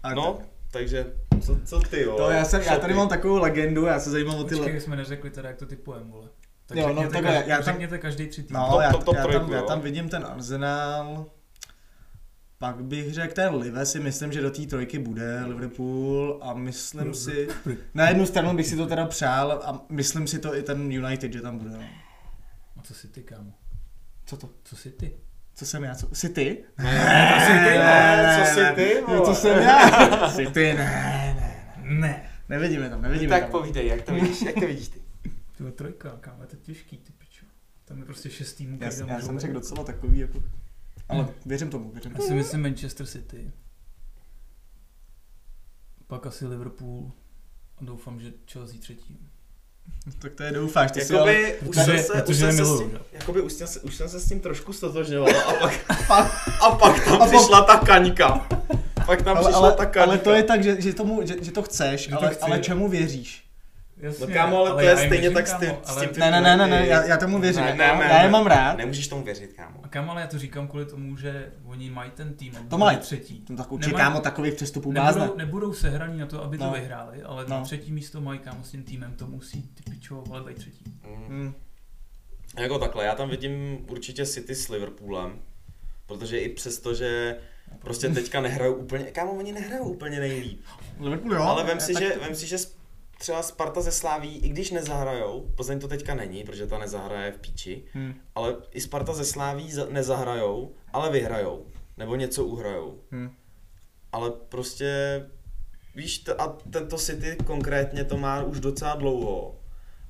S2: A
S1: No, takže, co, co ty, jo?
S2: To já, jsem, já tady mám takovou legendu, já se zajímám o ty
S4: Počkej,
S2: le...
S4: jsme neřekli teda, jak to typujem, vole. Tak
S2: Jo, no,
S4: řekněte
S2: takhle,
S4: každý-
S2: já tam-
S4: řekněte každý tři týdny.
S2: No,
S1: Top,
S2: já,
S1: top, top
S2: já,
S1: trojku,
S2: tam, já
S1: jo.
S2: tam vidím ten Arsenal, pak bych řekl ten Live si myslím, že do té trojky bude Liverpool a myslím si, na jednu stranu bych si to teda přál a myslím si to i ten United, že tam bude. no.
S4: A co si ty, kámo?
S2: Co to?
S4: Co si ty?
S2: Co jsem já? Co? City?
S1: Ne, co si ty, vole, co si ty, vole?
S2: No, co
S1: <laughs>
S2: jsem já? City, ne, ne.
S4: Ne.
S2: Nevidíme tam, nevidíme
S1: Tak
S2: tam.
S1: povídej, jak to vidíš, jak to vidíš ty?
S4: To je trojka, kámo, je to těžký, ty pičo. Tam je prostě šest týmů.
S2: Já,
S4: každá
S2: já
S4: může
S2: jsem
S4: být.
S2: řekl docela takový, jako... Ale
S1: Hmm.
S2: věřím tomu, věřím
S4: Já
S2: tomu.
S4: si myslím Manchester City. Pak asi Liverpool. A doufám, že Chelsea třetí.
S2: Tak to je doufáš,
S1: Jako
S2: ty si ale...
S1: Jakoby už
S4: Protože-
S1: jsem se, už
S4: protože
S1: jsem se s
S4: miluju,
S1: tím,
S4: že?
S1: jakoby už jsem se, už jsem se s tím trošku stotožňoval a <laughs> pak, a pak tam přišla ta kaňka. Pak tam
S2: Ale,
S1: přišla
S2: ale,
S1: ta kaňka.
S2: ale to je tak, že, že, tomu, že, že to chceš,
S4: Že to
S2: ale,
S4: chci.
S2: ale čemu věříš?
S4: Jasně,
S1: No kámo, ale, to je
S4: já jim
S1: stejně
S4: věřím,
S1: tak s
S4: kámo,
S1: tím, s
S4: ale-
S1: tím ty
S2: Ne, ne, ne, ne, ne,
S1: ty-
S2: já, já tomu věřím,
S1: Ne, ne,
S2: já,
S1: ne,
S2: já je
S1: ne.
S2: mám rád.
S1: Nemůžeš tomu věřit, kámo.
S4: A kámo, ale já to říkám kvůli tomu, že oni mají ten tým, aby
S2: To
S4: byli
S2: mají.
S4: třetí.
S2: Tam tak určitě
S4: Nemají-
S2: kámo takových přestupů blázna.
S4: Nebudou, nebudou sehraní na to, aby to
S2: No.
S4: vyhráli, ale
S2: No.
S4: no. třetí místo mají kámo s tím týmem, to musí ty pičo, ale být třetí.
S1: Mm.
S2: Hmm.
S1: Jako takhle, já tam vidím určitě City s Liverpoolem, protože i přesto, že prostě teďka nehrajou úplně, kámo, oni nehrajou úplně nejlíp.
S2: Liverpool jo.
S1: Ale vem si,
S2: tak-
S1: že, vem si, že s- třeba Sparta ze Sláví, i když nezahrajou, Plzeň to teďka není, protože ta nezahraje v píči,
S2: Hmm.
S1: ale i Sparta ze Sláví za- nezahrajou, ale vyhrajou, nebo něco uhrajou.
S2: Hmm.
S1: Ale prostě, víš, t- a tento City konkrétně to má už docela dlouho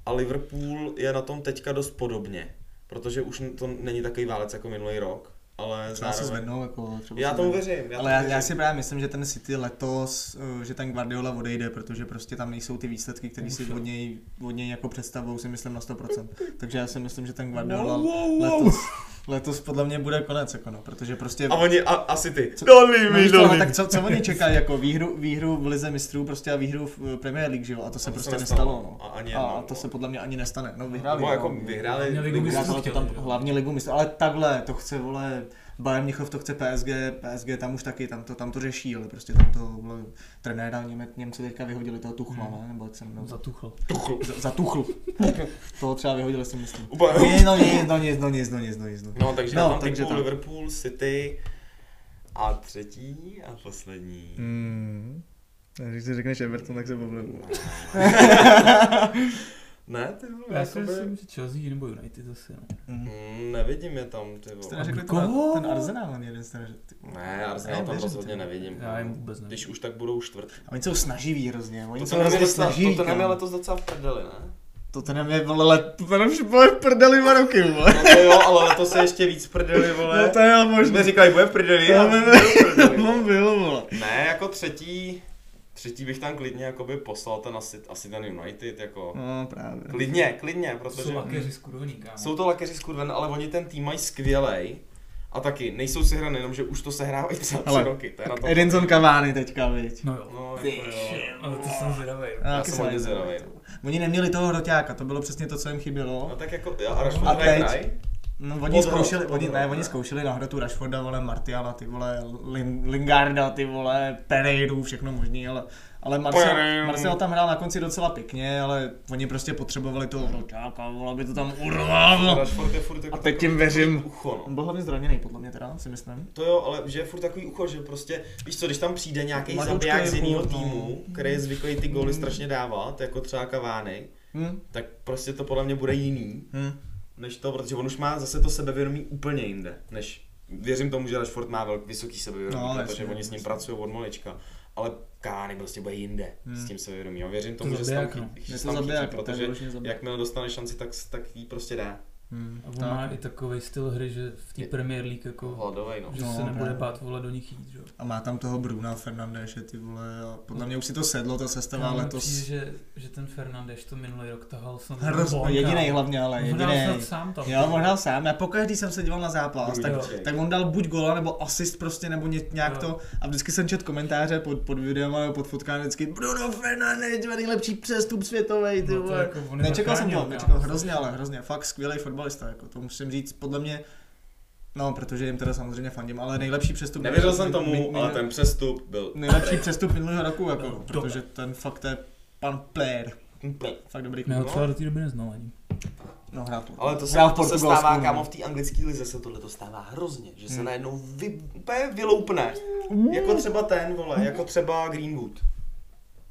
S1: a Liverpool je na tom teďka dost podobně, protože už n- to není takový válec jako minulý rok, ale
S2: Třeba se
S1: zároveň...
S2: zvednou, jako třeba
S1: Já
S2: se
S1: tomu
S2: zvednou.
S1: věřím.
S2: Ale já,
S1: tomu
S2: já
S1: věřím.
S2: si právě myslím, že ten City letos, eh, že ten Guardiola odejde, protože prostě tam nejsou ty výsledky, které si od něj, od něj jako představou, si myslím na 100%.
S1: <laughs>
S2: Takže já si myslím, že ten Guardiola letos, letos podle mě bude konec, jako no, protože prostě...
S1: A oni, a, a City,
S2: Co- <laughs>
S1: dolí
S2: No,
S1: mi,
S2: víš co, ale
S1: dolí.
S2: tak co, co oni čekají, jako výhru, výhru v Lize mistrů prostě a výhru v eh, Premier League, že jo? A to se
S1: A to
S2: prostě
S1: se nestalo,
S2: nestalo, no.
S1: a ani
S2: a,
S1: jednou,
S2: to
S1: no.
S2: se podle mě ani nestane. No, vyhráli.
S1: No,
S2: no,
S1: jako vyhráli
S4: Měli
S1: ligu
S4: Ligu
S1: mistrů.
S4: mistrů.
S2: Vyhráli to tam
S4: chtěli, jo.
S2: hlavně ligu mistrů, ale takhle, to chce, vole, Bayern Mnichov to chce PSG, PSG tam už taky, tam to, tam to řeší, ale prostě tam to, vole, trenéra Němec, Němci teďka vyhodili toho Tuchla, ne? Nebo jak jsem, no, za,
S4: Zatuchl.
S2: za, za Tuchlu. toho třeba vyhodili, si myslím.
S1: Úplně-
S2: Nic, no nic, no nic, no nic, no nic, no nic, no.
S1: No, takže
S2: No,
S1: no, tam
S2: takže
S1: takže
S2: tak.
S1: Liverpool, City a třetí a poslední.
S2: Hmm. Když si řekneš Everton, tak se povlevu.
S1: Ne, ty vole,
S4: Já si
S1: jakoby...
S4: myslím, že Chelsea nebo United asi, no.
S2: Hmm.
S1: Mm, nevidím je tam, ty
S2: Jste
S1: vole.
S2: neřekli ten,
S4: Koho?
S2: ten Arsenal, on jeden jste neřekli.
S1: Ne, Arsenal tam
S2: Nevěřím
S1: rozhodně
S2: tomu.
S1: nevidím.
S4: Já jim vůbec nevím.
S1: Když už tak budou čtvrt.
S2: A Oni jsou snaživí hrozně, oni
S1: To
S2: jsou
S1: ten je
S2: hrozně
S1: docela,
S2: snaživí.
S1: to ten je
S2: kámo.
S1: letos docela v prdeli, ne?
S2: To ten je, vole, let, to ten už bude v prdeli dva roky, vole.
S1: No to jo, ale letos se ještě víc v prdeli, vole.
S2: No to je možné.
S1: Jsme říkali, bude v prdeli,
S2: Já
S1: a
S2: nevím. <laughs>
S1: bude v prdeli.
S2: Mám bylo, vole.
S1: Ne, jako třetí, třetí bych tam klidně jakoby poslal ten asi, asi ten United, jako.
S2: No právě.
S1: Klidně, klidně,
S4: To
S1: protože...
S4: jsou lakeři z Kuroní, kámo.
S1: Jsou to lakeři z kurven, ale oni ten tým mají skvělej. A taky nejsou sehrané, jenomže už to sehrávají třeba tři
S2: Hele,
S1: roky. To je na tom.
S2: Edinson Cavani teďka, viď.
S4: No jo.
S1: No,
S2: Ty
S1: jako jo.
S2: šel.
S4: Ale to jsem zvědavý.
S2: A
S1: Já
S2: taky
S1: jsem
S2: se
S1: hodně
S2: Edinson.
S1: zvědavý.
S2: Oni neměli toho hroťáka, to bylo přesně to, co jim
S1: No
S2: chybělo.
S1: tak jako, a Rashford
S2: A
S1: hraje
S2: teď?
S1: kraj?
S2: No, oni
S1: Odrod,
S2: zkoušeli, oni, ne,
S1: odrod, ne.
S2: oni zkoušeli na hrotu Rashforda, vole, Martiala, ty vole, Lin, Lingarda, ty vole, Pereiru, všechno možný, ale, ale Marcel,
S1: Pereiru.
S2: Marcel tam hrál na konci docela pěkně, ale oni prostě potřebovali toho hroťáka, vole, aby to tam urval.
S1: Rashford je furt jako
S2: no. A teď
S1: takový
S2: jim věřím.
S1: ucho, no.
S2: On byl hlavně zraněný, podle mě teda, si myslím.
S1: To jo, ale že je furt takový ucho, že prostě, víš co, když tam přijde nějaký
S2: Matouška
S1: zabiják
S2: je
S1: z jiného
S2: furt, no.
S1: týmu, který je zvyklý ty góly strašně dávat, jako třeba Cavani,
S2: Hm?
S1: tak prostě to podle mě bude jiný,
S2: Hm?
S1: než to, protože on už má zase to sebevědomí úplně jinde, než věřím tomu, že Rashford má velký, vysoký sebevědomí,
S2: No,
S1: no, protože
S2: jasně,
S1: oni s ním
S2: jasně.
S1: pracují od malička, ale Cavani prostě bude jinde
S2: Hmm.
S1: s tím sebevědomím. Jo, věřím
S4: To
S1: tomu, že se tam
S4: zabiják,
S1: chytí,
S4: no.
S1: že
S2: Je
S1: se
S2: to
S1: tam chytí,
S2: zabiják, jako to je
S1: protože
S2: vyloženě zabiják.
S1: jakmile dostane šanci, tak, tak jí prostě dá.
S2: Hm,
S4: A on
S2: tak.
S4: má i takový styl hry, že v té
S1: Je-
S4: Premier League jako,
S1: Hladovej, no.
S4: že
S2: No,
S4: se nebude
S2: právě.
S4: bát vole do nich jít, že jo.
S2: A má tam toho Bruna Fernandéše, ty vole, a podle mě už si to sedlo, ta sestava
S4: Já mám No. přijde,
S2: letos.
S4: že, že ten Fernandeš to minulý rok tahal snad.
S2: Hrozně, jedinej hlavně, ale
S4: On hrál
S2: jedinej.
S4: snad sám tam.
S2: Jo, on hrál sám, já pokaždý jsem se díval na zápas, tak,
S1: Brůček.
S2: tak on dal buď gola, nebo asist prostě, nebo ně, nějak
S4: Jo.
S2: to, a vždycky jsem čet komentáře pod, pod videem, nebo pod fotkám vždycky, Bruno Fernandes, dva nejlepší přestup světový, ty
S4: No, to
S2: vole.
S4: jako on je
S2: Nečekal jsem
S4: zachránil,
S2: to,
S4: kámo.
S2: nečekal hrozně, ale hrozně, fakt skvělý fotbalista, jako to musím říct, podle mě, no, protože jim teda samozřejmě fandím, ale nejlepší přestup.
S1: Nevěřil jsem
S2: mi- mi-
S1: tomu,
S2: mi-
S1: ale ten přestup byl...
S2: Nejlepší přestup minulého roku, jako,
S4: No,
S2: protože ten fakt je pan player, fakt dobrý
S4: My
S2: kluk.
S4: ho třeba do té doby neznal ani.
S2: No, hrál tu.
S1: Ale to se,
S2: Hrál v
S1: to se
S2: Portugalsku,
S1: stává,
S2: no.
S1: kámo, v té anglické lize se tohle to stává hrozně, že se
S2: Hmm.
S1: najednou vy, úplně vyloupne. Jako třeba ten, vole, jako třeba Greenwood.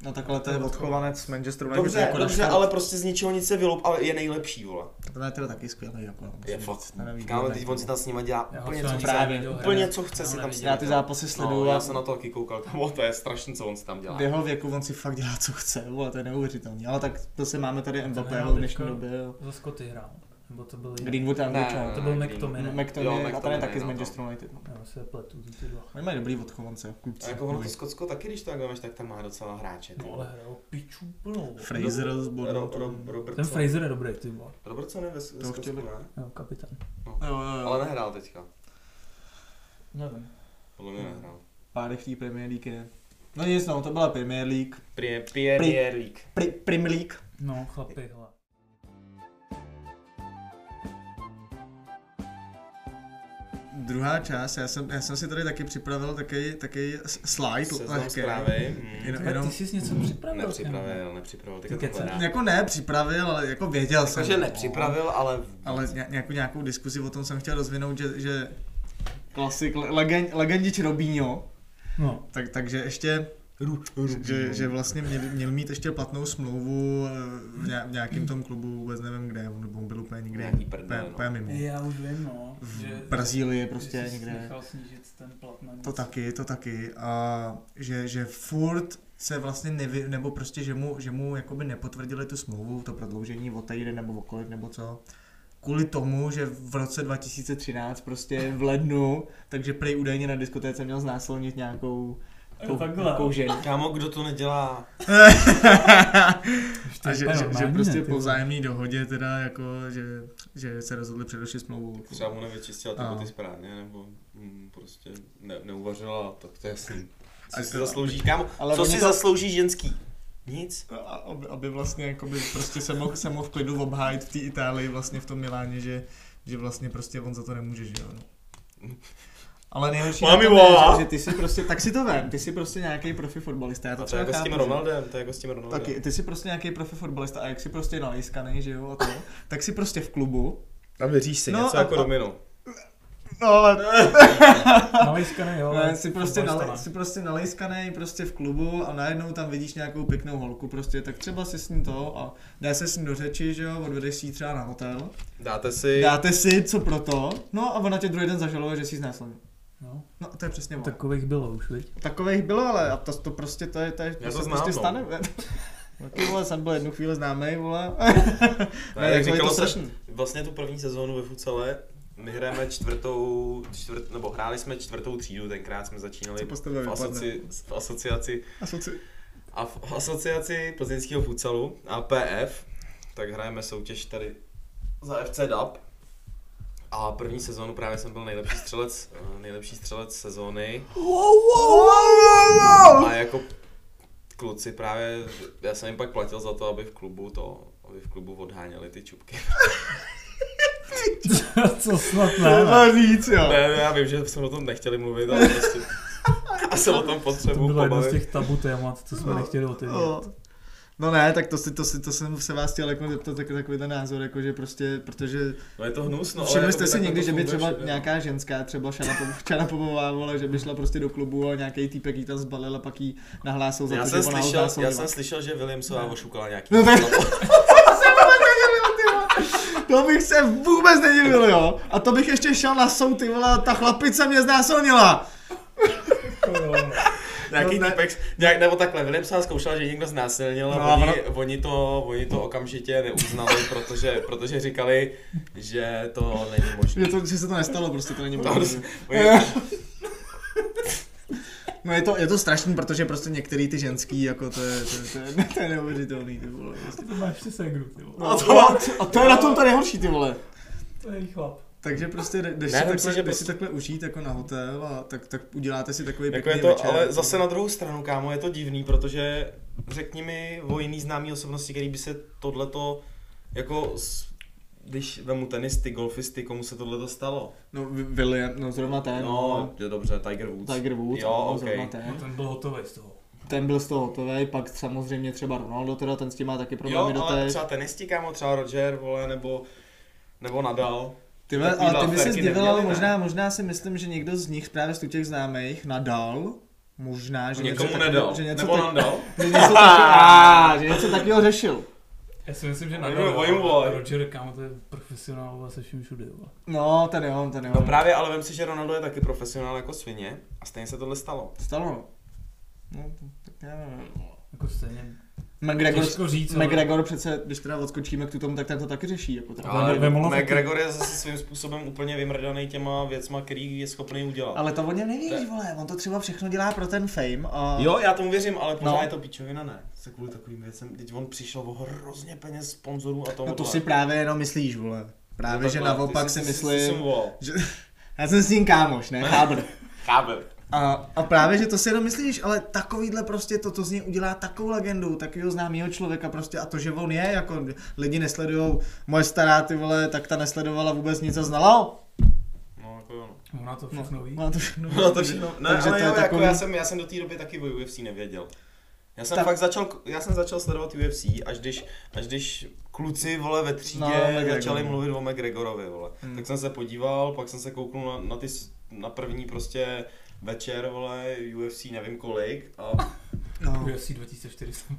S2: No takhle to je odchovanec Manchesteru United.
S1: Dobře,
S2: jako
S1: dobře,
S2: Rashford.
S1: ale prostě z ničeho nic se vyloup, ale je nejlepší, vole.
S4: Prostě
S2: To je teda taky skvělý, jako no,
S1: Je
S2: musím říct,
S1: fakt.
S2: nevím,
S1: Kámo,
S2: kdo
S1: teď
S2: to je.
S1: on si tam s nima dělá
S4: Já ho
S1: úplně
S4: třeba
S1: co
S4: ani
S1: chce.
S2: právě,
S4: neviděl hrát.
S1: Úplně co chce
S4: Já ho
S1: si tam s
S4: neviděl.
S1: ním.
S2: Já ty zápasy sleduju
S1: No, já
S2: a-
S1: jsem na to taky koukal, kámo, to je strašný, co on si tam dělá.
S2: V jeho věku on si fakt dělá, co chce, vole, to je neuvěřitelný. Ale tak zase máme tady Mbappého v dnešní
S1: jako-
S4: teďka-
S2: době. jo.
S4: Za Scotty hrál. Nebo to byl jiný.
S2: Greenwood a Angličan.
S4: to byl
S1: ne,
S4: McTominay.
S1: Greenwood. Jo,
S2: McTominay a ten je
S1: McTominay,
S2: taky z
S1: no, to.
S2: Manchester United. no.
S4: Já se pletu ty ty dva.
S2: Oni mají dobrý odchovance,
S1: A
S2: kluci.
S1: jako ono to Skotsko taky, když to tak vemeš, tak tam má docela hráče. ty
S4: No ale
S1: vole.
S4: hrál piču plnou.
S2: Fraser z
S1: Ro-
S2: Bournemouthu.
S1: Ro- Ro-
S4: No, Ten
S1: Robertson.
S4: Fraser je dobrý, ty vole.
S1: Robertson je ve ve Skotsku,
S2: chtěli.
S1: ne?
S4: Jo, kapitán.
S2: Jo, jo,
S1: Ale
S2: jo.
S1: nehrál teďka.
S4: Nevím.
S1: Podle mě nehrál.
S2: Párek té Premier League je. No nic, no, to byla Premier League.
S1: Pri- Premier League.
S2: Pri, Prim League.
S4: No, chlapi, hele.
S2: Druhá část, já jsem, já jsem si tady taky připravil taky, taky s- slide.
S1: Seznam
S2: lehký.
S1: zprávy. Mm.
S2: Jenom,
S4: Ale
S2: jenom,
S4: ty jsi něco připravil. kámo.
S1: Nepřipravil, nepřipravil,
S4: Ty
S1: tak
S4: kecáš.
S1: to hledá.
S2: jako ne připravil, ale jako věděl jsem.
S1: Takže
S2: no.
S1: nepřipravil, ale...
S2: Ale ně- nějakou, nějakou diskuzi o tom jsem chtěl rozvinout, že, že klasik, le- legend, legendič Robinho,
S4: No,
S2: tak, takže ještě,
S1: Ru, ru,
S2: že, že vlastně měl, měl mít ještě platnou smlouvu eh, v ně- v nějakém tom klubu, vůbec nevím kde, on on byl úplně někde,
S1: Nějaký prdel,
S2: úplně-
S1: no.
S2: úplně mimo.
S4: já už vím, no. že-
S2: V Brazílii
S4: že
S2: prostě
S4: jsi
S2: někde.
S4: nechal snížit ten plat na nic.
S2: To taky, to taky. A že, že furt se vlastně nevy, nebo prostě, že mu, že mu jakoby nepotvrdili tu smlouvu, to prodloužení o týden nebo o kolik nebo co. Kvůli tomu, že v roce 2013 prostě v lednu, takže prej údajně na diskotéce měl znásilnit nějakou,
S4: Jo, takhle.
S2: nějakou ženu.
S1: Kámo, kdo to nedělá?
S4: Už to
S2: A
S4: je
S2: že,
S4: úplně
S2: že, že
S4: normální,
S2: prostě
S4: ne, ty
S2: po
S4: vole.
S2: vzájemné dohodě teda jako, že, že se rozhodli přerušit smlouvu.
S1: Třeba mu nevyčistila ty
S2: Ano.
S1: boty správně, nebo mm, prostě ne, neuvařila, tak to je
S2: <laughs>
S1: jasný.
S2: A
S1: Co si
S2: to-
S1: zaslouží, kámo?
S2: Ale
S1: Co
S2: oni
S1: si
S2: to-
S1: zaslouží ženský? Nic.
S2: A- aby, aby vlastně jakoby prostě se mohl, se mohl v klidu obhájit v té Itálii vlastně v tom Miláně, že, že vlastně prostě on za to nemůže, že jo. No. Ale nejhorší na
S1: Mami
S2: tom je,
S1: volá.
S2: že, že ty si prostě, tak si to vem, ty si prostě nějaký profi fotbalista, já to
S1: A to je
S2: třeba
S1: jako s tím
S2: No, chápu, že-
S1: Ronaldem, to je jako s tím Ronaldem.
S2: Taky, ty si prostě nějaký profi fotbalista a jak si prostě nalejskanej, že jo, a to, tak si prostě v klubu,
S1: A věříš si
S2: No,
S1: něco
S2: a-
S1: jako
S2: a-
S1: domino.
S2: no ale
S4: Malejska ne, jo. ale
S2: ne, si prostě,
S4: fotbalista
S2: nale,
S4: ne.
S2: si prostě nalejskanej prostě v klubu a najednou tam vidíš nějakou pěknou holku prostě, tak třeba si s ní to a dá se s ní do řeči, že jo, odvedeš si ji třeba na hotel
S1: Dáte si...
S2: Dáte si co pro to, no a ona tě druhý den zažaluje, že jsi znásilnil.
S4: No,
S2: No to je přesně ono. Tak...
S4: <laughs> takových bylo už, <laughs> viď?
S2: Takových bylo, ale a to, to prostě to je, to, je, to
S1: Já to
S2: se
S1: znám,
S2: prostě
S1: no.
S2: stane. <laughs> No ty vole, jsem byl jednu chvíli známý, vole.
S1: Ne, jak
S2: <laughs> jako je
S1: říkalo
S2: to
S1: se-
S2: strašný.
S1: Vlastně tu první sezónu ve futsale my hrajeme čtvrtou, čtvrt, nebo hráli jsme čtvrtou třídu, tenkrát jsme začínali
S2: Co po tebe
S1: v,
S2: vypadne.
S1: asoci, v asociaci
S2: Asoci...
S1: a v asociaci plzeňského futsalu APF, tak hrajeme soutěž tady za FC DAP A první sezónu právě jsem byl nejlepší střelec, eh, nejlepší střelec sezóny. A jako kluci právě, já jsem jim pak platil za to, aby v klubu to, aby v klubu odháněli ty
S2: <laughs>
S1: čupky.
S4: Co snad
S2: To
S4: ne, ne.
S2: má říct, jo.
S1: Ne, ne, já vím, že jsme o tom nechtěli mluvit, ale
S2: <laughs>
S1: prostě a se o tom
S4: To
S1: potřebuju
S4: bylo jedno z
S1: pobavit.
S4: těch tabu témat, co jsme
S2: No.
S4: nechtěli otevírat.
S2: O. No ne, tak to, si, to, si, to jsem se vás chtěl jako zeptat, tak, takový ten názor, jako že prostě, protože
S1: No je to hnusno. ale
S2: no, všimli
S1: jakoby
S2: jste si
S1: takhle
S2: někdy,
S1: to
S2: že by
S1: funguje
S2: třeba
S1: všude, no.
S2: nějaká ženská, třeba <laughs> Šarapo- Šarapovová, vole, že by šla prostě do klubu a nějaký týpek jí tam zbalil a pak jí nahlásil Jako za
S1: Já jsem,
S2: to, že ona
S1: slyšel, já
S2: odnásilnila.
S1: jsem slyšel, že Williamsová
S2: Ne.
S1: ošukala nějaký.
S2: <laughs> No tak- To bych se vůbec nedivil, jo. A to bych ještě šel na soud, ty vole, ta chlapice mě znásilnila.
S1: <laughs> Nějaký
S2: No ne.
S1: týpek, nějak, nebo takhle, Williamsová zkoušela, že ji někdo znásilnil,
S2: No
S1: no,
S2: a
S1: oni,
S2: ono-
S1: oni, to, oni to okamžitě
S2: <laughs>
S1: neuznali, protože, protože říkali, že to není možné.
S2: Že, to, že se to nestalo, prostě to není
S1: No, To-
S2: možné. <laughs>
S1: Oni-
S2: No je to, je to strašný, protože prostě některý ty ženský, jako to je, to, je- to je, <laughs> to je neuvěřitelný, ty vole. Prostě.
S4: Ty máš ty segru, ty vole.
S2: No, a, to, a to je na tom to nejhorší, ty vole.
S4: To je chlap.
S2: Takže prostě jde- jdeš
S1: Ne,
S2: si
S1: vem
S2: takhle,
S1: si,
S2: si,
S1: že
S2: jdeš si
S1: prostě-
S2: takhle užít jako na hotel a tak, tak uděláte si takový
S1: Jako
S2: pěkný
S1: je to,
S2: večer.
S1: ale zase na druhou stranu, kámo, je to divný, protože řekni mi o jiný známý osobnosti, který by se tohleto, jako, s- když vemu tenisty, golfisty, komu se tohleto stalo?
S2: No, Wi- William, no zrovna ten.
S1: No, je dobře, Tiger Woods.
S2: Tiger Woods,
S1: Jo,
S2: no,
S1: ok.
S2: zrovna
S4: No,
S2: ten.
S4: ten byl hotový z toho.
S2: Ten byl z toho hotový, pak samozřejmě třeba Ronaldo, teda ten s tím má taky problémy
S1: Jo, ale
S2: doteď.
S1: třeba tenisti, kámo, třeba Roger, vole, nebo, nebo Nadal.
S2: Ty vole,
S1: takovýhle
S2: ale ty by se
S1: aférky
S2: zdivil,
S1: neměli,
S2: ale
S1: ne?
S2: možná, možná si myslím, že někdo z nich právě z tu těch známých nadal. Možná, že
S1: Někomu
S2: něco
S1: nedal,
S2: Že něco,
S1: nebo
S2: tak,
S1: Nadal.
S2: že něco,
S1: Ah,
S2: takového, že něco takového řešil.
S4: Já si myslím, že
S1: Oni
S4: Nadal,
S1: mu- oni mu volají.
S4: Roger, kámo, to je profesionál a se vším všude, vole.
S2: No, ten jo, ten <laughs> jo.
S1: No právě, ale vím si, že Ronaldo je taky profesionál jako svině a stejně se tohle stalo.
S2: Stalo. No, tak já nevím.
S4: Jako stejně,
S2: McGregor,
S4: těžko říct, ale-
S2: McGregor přece, když teda odskočíme k tomu, tak ten to taky řeší. Jako ten.
S1: Ale
S4: Ale Vemola taky.
S1: McGregor je zase svým způsobem úplně vymrdaný těma věcma, který je schopný udělat.
S2: Ale to o něm
S1: To je-
S2: nevíš, vole, on to třeba všechno dělá pro ten fame a...
S1: Jo, já tomu věřím, ale pořád
S2: No.
S1: no. je to pičovina, ne? Se kvůli takovým věcem, teď on přišel o hrozně peněz sponzorů a tomu.
S2: No to si právě jenom myslíš, vole. Právě, že naopak si myslím, že... <laughs> Já jsem s ním kámoš, ne? Chábr.
S1: Chápem.
S2: A, a právě, že to si jenom myslíš, ale takovýhle prostě to, to z něj udělá takovou legendu, takového známého člověka prostě a to, že on je, jako lidi nesledujou, moje stará ty vole, tak ta nesledovala vůbec nic a znala.
S1: No, jako jo. no.
S4: ona to všechno ví.
S2: Má to všechno.
S1: No, to všechno. Ne,
S2: takže
S1: ale
S2: to
S1: to
S2: je
S1: jo,
S2: takový-
S1: jako já jsem, já jsem do té doby taky o UFC nevěděl. Já jsem
S2: Tak-
S1: tak. fakt začal, já jsem začal sledovat UFC, až když, až když kluci, vole, ve
S2: No,
S1: třídě
S2: McGregor.
S1: no, začali mluvit o McGregorovi, vole.
S2: Hmm.
S1: Hmm. Tak jsem se podíval, pak jsem se kouknul na, na ty, s- na první prostě večer, vole, UFC nevím kolik a...
S2: No.
S4: UFC 2004 jsem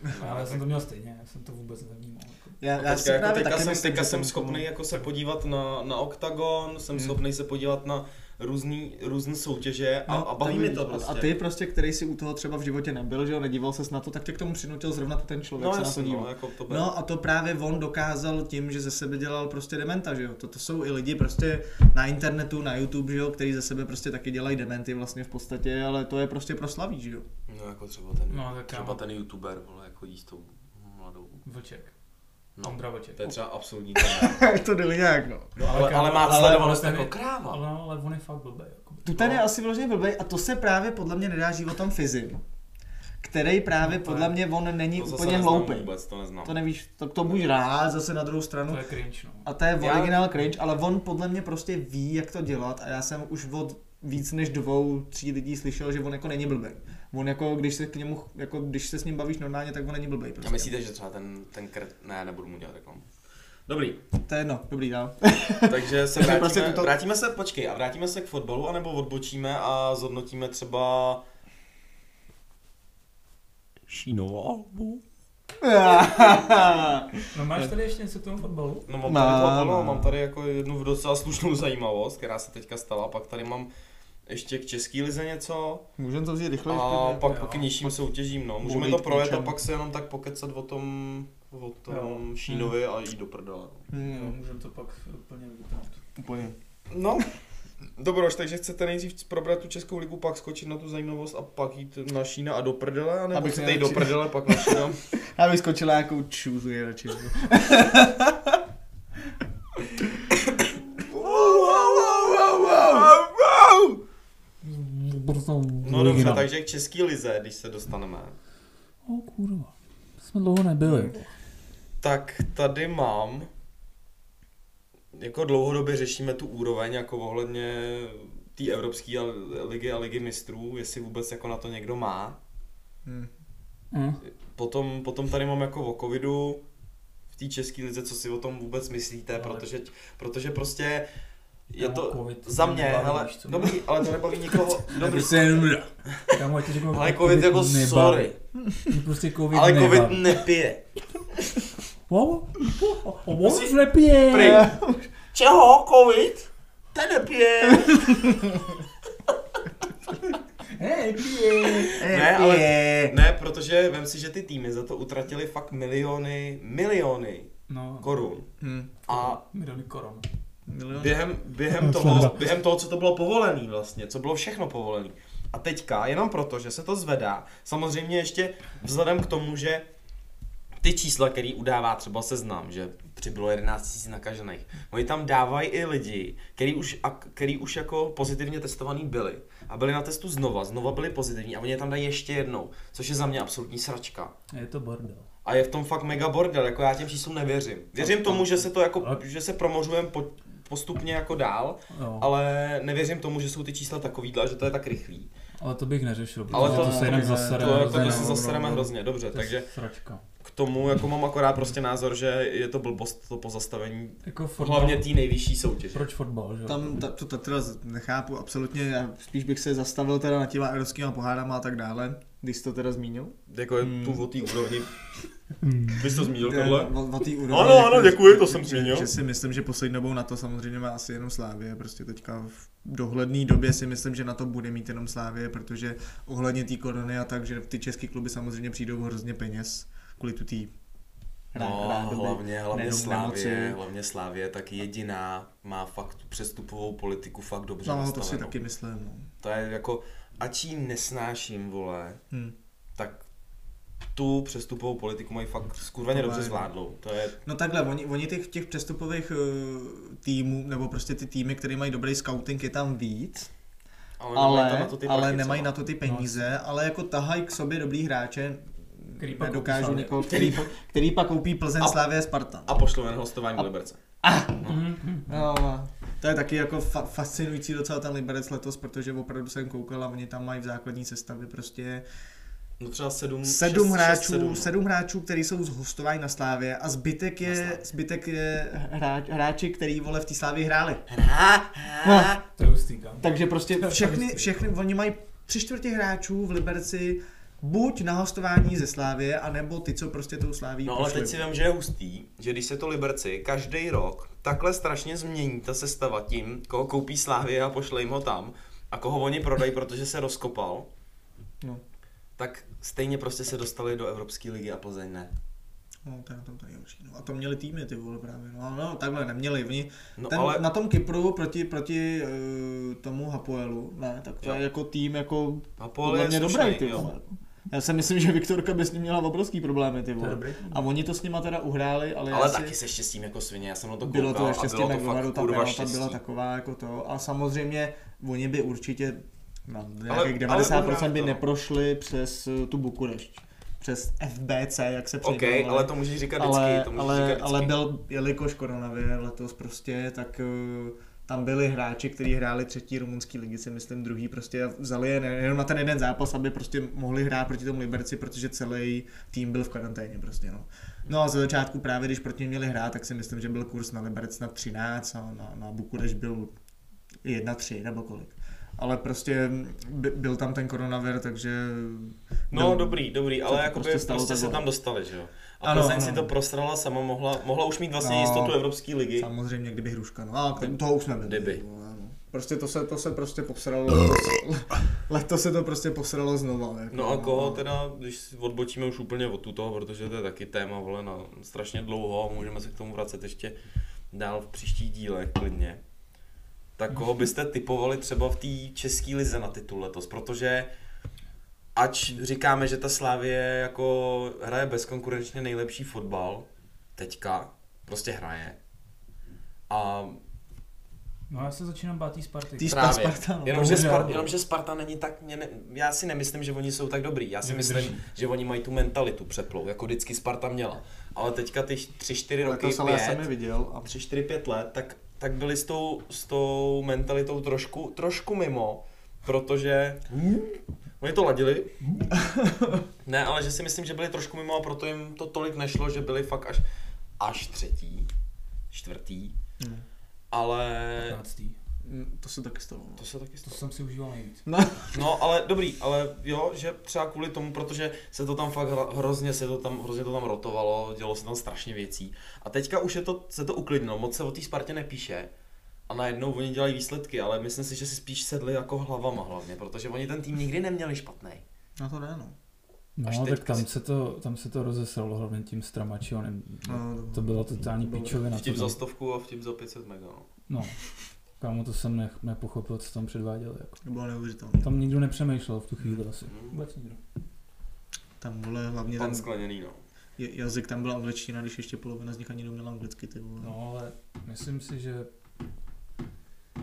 S4: byl. Ale já jsem to měl stejně, já jsem to vůbec nevnímal. Jako.
S2: <laughs> Já, já
S1: Já
S2: si
S1: teďka, jako
S2: právě
S1: teďka,
S2: taky
S1: jsem,
S2: myslím,
S1: teďka
S2: že
S1: jsem
S2: tomu-
S1: schopný jako se podívat na, na OKTAGON, jsem
S2: Hmm.
S1: schopný se podívat na různý, různý soutěže a,
S2: No,
S1: a baví
S2: tak
S1: mě
S2: vidíš.
S1: to prostě.
S2: A a ty prostě, který si u toho třeba v životě nebyl, že jo, nedíval ses na to, tak tě k tomu přinutil zrovna ten člověk
S1: no
S2: se na to
S1: jasně,
S2: dívat.
S1: no, jako to bylo.
S2: No a to právě on dokázal tím, že ze sebe dělal prostě dementa, že jo. Toto jsou i lidi prostě na internetu, na YouTube, že jo, který ze sebe prostě taky dělají dementy vlastně v podstatě, ale to je prostě proslaví, že jo. <laughs>
S1: No jako třeba ten,
S4: No, tak
S1: třeba
S4: kámo.
S1: ten youtuber, vole, jako jí s tou mladou.
S4: Vlček.
S1: No,
S4: Ondra Vlček.
S1: to je třeba absolutní téma.
S2: to jde nějak, no.
S1: No,
S4: Ale
S1: ale,
S4: kámo,
S1: ale má
S4: ale
S1: sledovanost
S4: on ten
S1: jako
S4: je-
S1: kráva.
S4: Ale, ale on je fakt blbý. Jako.
S2: Tu ten je asi vyloženě blbej a to se právě podle mě nedá životom fyzim, který právě
S4: No to
S2: podle
S4: je-
S2: mě on není
S1: To zase
S2: úplně
S1: neznám
S2: hloupý.
S1: Vůbec, to neznám.
S2: To nevíš, to k tomu rád zase na druhou stranu.
S4: To je cringe, no.
S2: A to je
S1: Já-
S2: originál cringe, ale on podle mě prostě ví, jak to dělat a já jsem už od víc než dvou, tří lidí slyšel, že on jako není blbej. On jako, když se k němu, jako když se s ním bavíš normálně, tak on není blbej
S1: A
S2: prostě.
S1: myslíte, že třeba ten, ten krt... Ne, nebudu mu dělat reklamu. Dobrý,
S2: To je jedno, dobrý dál.
S1: <laughs> takže se
S2: Takže
S1: vrátíme,
S2: prostě
S1: prostě
S2: tuto-
S1: tuto... vrátíme se, počkej, a vrátíme se k fotbalu, anebo odbočíme a zhodnotíme třeba... Šínovou albu?
S4: No máš tady ještě něco k tomu fotbalu?
S1: No mám
S2: Má,
S1: tady, fotbal,
S2: má.
S1: mám tady jako jednu docela slušnou zajímavost, která se teďka stala, pak tady mám ještě k český lize něco,
S2: Můžeme to vzít rychle?
S1: A pak
S4: jo.
S1: k nižším soutěžím, no. Můžeme
S2: Mluvit
S1: to
S2: o
S1: projet a
S2: čem?
S1: pak se jenom tak pokecat o tom, o tom Šínovi
S2: Hmm.
S1: a jít do prdele.
S4: Jo, můžeme to pak úplně vypnout.
S2: úplně.
S1: No, dobroš, takže chcete nejdřív probrat tu Českou ligu, pak skočit na tu zajímavost a pak jít na Šína a do prdele, anebo
S2: Abych
S1: Abych chcete jít do
S2: nejlepší-
S1: prdele, pak na
S2: <laughs>
S1: Šína?
S2: Já bych skočila jako čůzu je radši.
S4: Borsou.
S1: No dobře, takže k český lize, když se dostaneme.
S4: O kurva, to jsme dlouho nebyli.
S1: Tak tady mám, jako dlouhodobě řešíme tu úroveň, jako ohledně té evropské a- ligy a ligy mistrů, jestli vůbec jako na to někdo má.
S2: Hmm.
S4: Hm?
S1: Potom, potom tady mám jako o covidu v té české lize, co si o tom vůbec myslíte,
S3: Ale-
S1: protože, protože prostě je
S3: Kámo,
S4: Jako,
S1: to
S3: covid,
S1: za
S3: to
S1: mě,
S3: nebaví,
S1: ale
S3: víš co?
S1: dobrý, ale to nebaví nikoho,
S4: Dobrý.
S1: dobrý,
S4: Prostě jenom... Kámo, já ti řeknu,
S1: ale covid jako
S4: nebaví.
S1: sorry,
S4: Mě prostě covid
S1: ale
S4: nebaví.
S1: covid nepije,
S4: Wow, wow, wow, nepije.
S1: Prej. <laughs> Čeho, covid? Ten nepije. <laughs>
S4: Hej, pije.
S1: Ne, ale ne, protože vem si, že ty týmy za to utratili fakt miliony, miliony
S4: No,
S1: korun.
S2: Hmm.
S1: A
S4: miliony korun.
S2: Milion.
S1: během, během, toho, během toho, co to bylo povolený vlastně, co bylo všechno povolený. A teďka, jenom proto, že se to zvedá, samozřejmě ještě vzhledem k tomu, že ty čísla, který udává třeba seznam, že přibylo 11 000 nakažených, oni tam dávají i lidi, který už, a, který už jako pozitivně testovaný byli a byli na testu znova, znova byli pozitivní a oni je tam dají ještě jednou, což je za mě absolutní sračka.
S4: Je to bordel.
S1: A je v tom fakt mega bordel, jako já těm číslům nevěřím. Věřím tomu, že se to jako,
S4: Ale-
S1: že se promořujeme po, postupně jako dál,
S4: Jo.
S1: ale nevěřím tomu, že jsou ty čísla takovýhle, a že to je tak rychlý.
S4: Ale to bych neřešil, protože
S1: Ale
S4: to,
S1: to-
S4: to se jinak
S2: to-
S1: To,
S4: zasere.
S2: Teda
S1: to,
S4: hrozně,
S1: to
S4: no.
S1: se
S2: no,
S1: zasereme
S2: no, no.
S1: hrozně, dobře,
S4: To je
S1: takže
S4: Sračka.
S1: k tomu jako mám akorát prostě názor, že je to blbost to pozastavení,
S4: Jako fotbal,
S1: hlavně té nejvyšší soutěže.
S4: Proč fotbal, že jo?
S2: Tam ta, to, to teda z- nechápu absolutně, já spíš bych se zastavil teda na těma evropskýma pohárama a tak dále, když jsi to teda zmínil.
S1: Jako je
S2: Hmm.
S1: tu o té úrovni,
S4: Hmm.
S1: vy jsi to zmínil
S2: Eh,
S1: tohle?
S2: o- o té úrovni, jako
S1: Ano, ano, děkuji, to jsem
S2: že-
S1: zmínil.
S2: Že si myslím, že poslední dobou na to samozřejmě má asi jenom Slávě, prostě teďka v dohledné době si myslím, že na to bude mít jenom Slávě, protože ohledně té korony a tak, že ty české kluby samozřejmě přijdou o hrozně peněz kvůli tu tý
S1: No, hlavně, hlavně
S2: nejenom
S1: Slávě,
S2: nemoci.
S1: hlavně Slávě, tak jediná má fakt tu přestupovou politiku fakt dobře
S2: No, to si
S1: nastavenou.
S2: taky myslím. No.
S1: To je jako, ač jí nesnáším, vole,
S2: Hm.
S1: tak tu přestupovou politiku mají fakt skurveně
S2: To
S1: dobře
S2: mají.
S1: zvládlou. To je,
S2: No takhle, oni, oni těch, těch přestupových uh, týmů, nebo prostě ty týmy, které mají dobrý scouting, je tam víc,
S1: ale,
S2: ale,
S1: nemají tam
S2: ale,
S1: na to ty
S2: ale
S1: prachy,
S2: nemají
S1: co?
S2: na to ty peníze, no. ale jako tahají k sobě dobrý hráče,
S4: Který
S2: který
S4: pak
S2: pak dokážu
S4: koupí
S2: někoho, který, který pak koupí Plzeň,
S1: A-
S2: Slávě a Sparta.
S1: A pošlou jen hostování do Liberce.
S4: Mhm.
S2: No, to je taky jako fa- fascinující docela ten Liberec letos, protože opravdu jsem koukal a oni tam mají v základní sestavě prostě
S1: No třeba sedm,
S2: sedm
S1: šest,
S2: hráčů,
S1: šest,
S2: sedm,
S1: sedm.
S2: hráčů, který jsou z hostování na Slávě a zbytek
S1: Na
S2: je,
S1: Slávě.
S2: zbytek je hráč, hráči, který vole v té Slávě hráli. No.
S1: Hrá, hrá.
S4: To je hustý, kam.
S2: Takže prostě
S4: je
S2: všechny,
S4: fakt
S2: všechny, oni mají tři čtvrtě hráčů v Liberci buď na hostování ze Slávě, anebo ty, co prostě tou Sláví
S1: No ale teď si vím, že je hustý, že když se to Liberci každý rok takhle strašně změní ta sestava tím, koho koupí Slávě a pošle jim ho tam a koho oni prodají, protože se rozkopal,
S2: No.
S1: tak stejně prostě se dostali do Evropské ligy a Plzeň ne.
S2: No, to je na tom to nejhorší. No, a to měli týmy, ty vole, právě. No, no takhle, neměli oni.
S1: No
S2: Ten,
S1: ale
S2: Na tom Kypru proti, proti uh, tomu Hapoelu, ne, tak to
S1: Jo.
S2: jo. je jako tým, jako
S1: a Paul
S2: podle
S1: je
S2: mě
S1: slušnej,
S2: dobrý, ty
S1: jo.
S2: vole. Já si myslím, že Viktorka by s ním měla obrovský problémy, ty
S4: To je
S2: vole.
S4: dobrý.
S2: A oni to s nima teda uhráli, ale,
S1: Ale
S2: já si-
S1: taky se štěstím jako svině, já jsem na to koukal
S2: bylo to ještě
S1: a
S2: s tím
S1: bylo to
S2: McDonaldu,
S1: fakt
S2: ta
S1: kurva
S2: penalta
S1: štěstí.
S2: byla taková jako to. A samozřejmě oni by určitě na
S1: ale
S2: nějakých 90% by
S1: uhrál to.
S2: neprošli přes eh, tu Bukurešť. Přes FBC, jak se
S1: OK,
S2: přejmenovali.
S1: ale to můžeš říkat vždycky,
S2: ale,
S1: to můžeš říkat
S2: ale,
S1: vždycky.
S2: ale byl, jelikož koronavir letos prostě, tak eh, tam byli hráči, kteří hráli třetí rumunský ligy, si myslím druhý prostě a vzali je ne- jenom na ten jeden zápas, aby prostě mohli hrát proti tomu Liberci, protože celý tým byl v karanténě prostě no. No a ze začátku právě, když proti nim měli hrát, tak si myslím, že byl kurz na Liberec na 13 a na, na Bukureš byl 1-3 nebo kolik. Ale prostě by, byl tam ten koronavir, takže...
S1: No
S2: byl-
S1: dobrý, dobrý,
S2: Co
S1: ale
S2: to
S1: jako prostě,
S2: prostě stalo,
S1: prostě
S2: tak
S1: se
S2: bylo.
S1: tam dostali, že jo. A ano,
S2: Ano,
S1: Plzeň
S2: ano.
S1: si to prosrala sama, mohla, mohla už mít vlastně
S2: No.
S1: jistotu Evropské ligy.
S2: Samozřejmě, kdyby hruška, no a to, toho už nebylo.
S1: Kdyby.
S2: No, ano. Prostě to se, to se prostě posralo. <laughs> Letos se to prostě posralo znova. Jako,
S1: No a koho teda, když si odbočíme už úplně od tuto, protože to je taky téma, vole, na strašně dlouho a můžeme se k tomu vracet ještě dál v příští díle, klidně. Tak koho byste typovali třeba v té české lize na titul letos, protože ač říkáme, že ta Slávie jako hraje bezkonkurenčně nejlepší fotbal, teďka, prostě hraje. A
S4: No já se začínám bát tý Sparty.
S2: Tý Spa-
S1: Právě.
S2: Sparta, no.
S1: Jenomže,
S4: Bohužel.
S1: Spar, jenomže Sparta není tak, mě ne, já si nemyslím, že oni jsou tak dobrý, já si
S4: Že
S1: myslím,
S4: vydrží.
S1: že oni mají tu mentalitu přeplou, jako vždycky Sparta měla. Ale teďka ty 3-4 roky,
S2: Letos, ale já jsem je
S1: 5,
S2: viděl a
S1: 3-4-5 let, tak, tak byli s tou, s tou mentalitou trošku, trošku mimo, protože oni to ladili, ne, ale že si myslím, že byli trošku mimo a proto jim to tolik nešlo, že byli fakt až, až třetí, čtvrtý,
S2: Hmm.
S1: ale
S4: 15.
S2: Mm, to se taky stalo. no.
S1: to se taky
S4: To
S1: stalo.
S4: jsem si užíval nejvíc.
S1: No, ale dobrý, ale jo, že třeba kvůli tomu, protože se to tam fakt hra- hrozně se to tam, hrozně to tam rotovalo, dělo se tam strašně věcí. A teďka už je to, se to uklidnilo, moc se o té Spartě nepíše. A najednou oni dělají výsledky, ale myslím si, že si spíš sedli jako hlavama hlavně, protože oni ten tým nikdy neměli špatný.
S2: Na to ne, no.
S4: No,
S1: Až
S4: tak
S1: teďka
S4: tam
S1: si-
S4: se, to, tam se to rozesralo hlavně tím stramačionem.
S2: no
S4: To byla totální
S2: Bylo-
S4: pičovina.
S1: Vtip
S4: co
S1: za
S4: tam-
S1: stovku a vtip za 500 mega. No.
S4: No, kámo, to jsem ne, nepochopil, co tam předváděli. Jako.
S2: To bylo neuvěřitelné.
S4: Tam nikdo nepřemýšlel v tu chvíli asi.
S1: Mm.
S4: Vůbec nikdo.
S2: Tam vole hlavně
S1: Pan
S2: ten
S1: skleněný, no.
S2: j- jazyk, tam byla angličtina, když ještě polovina z nich ani neuměla anglicky, ty vole.
S4: No, ale myslím si, že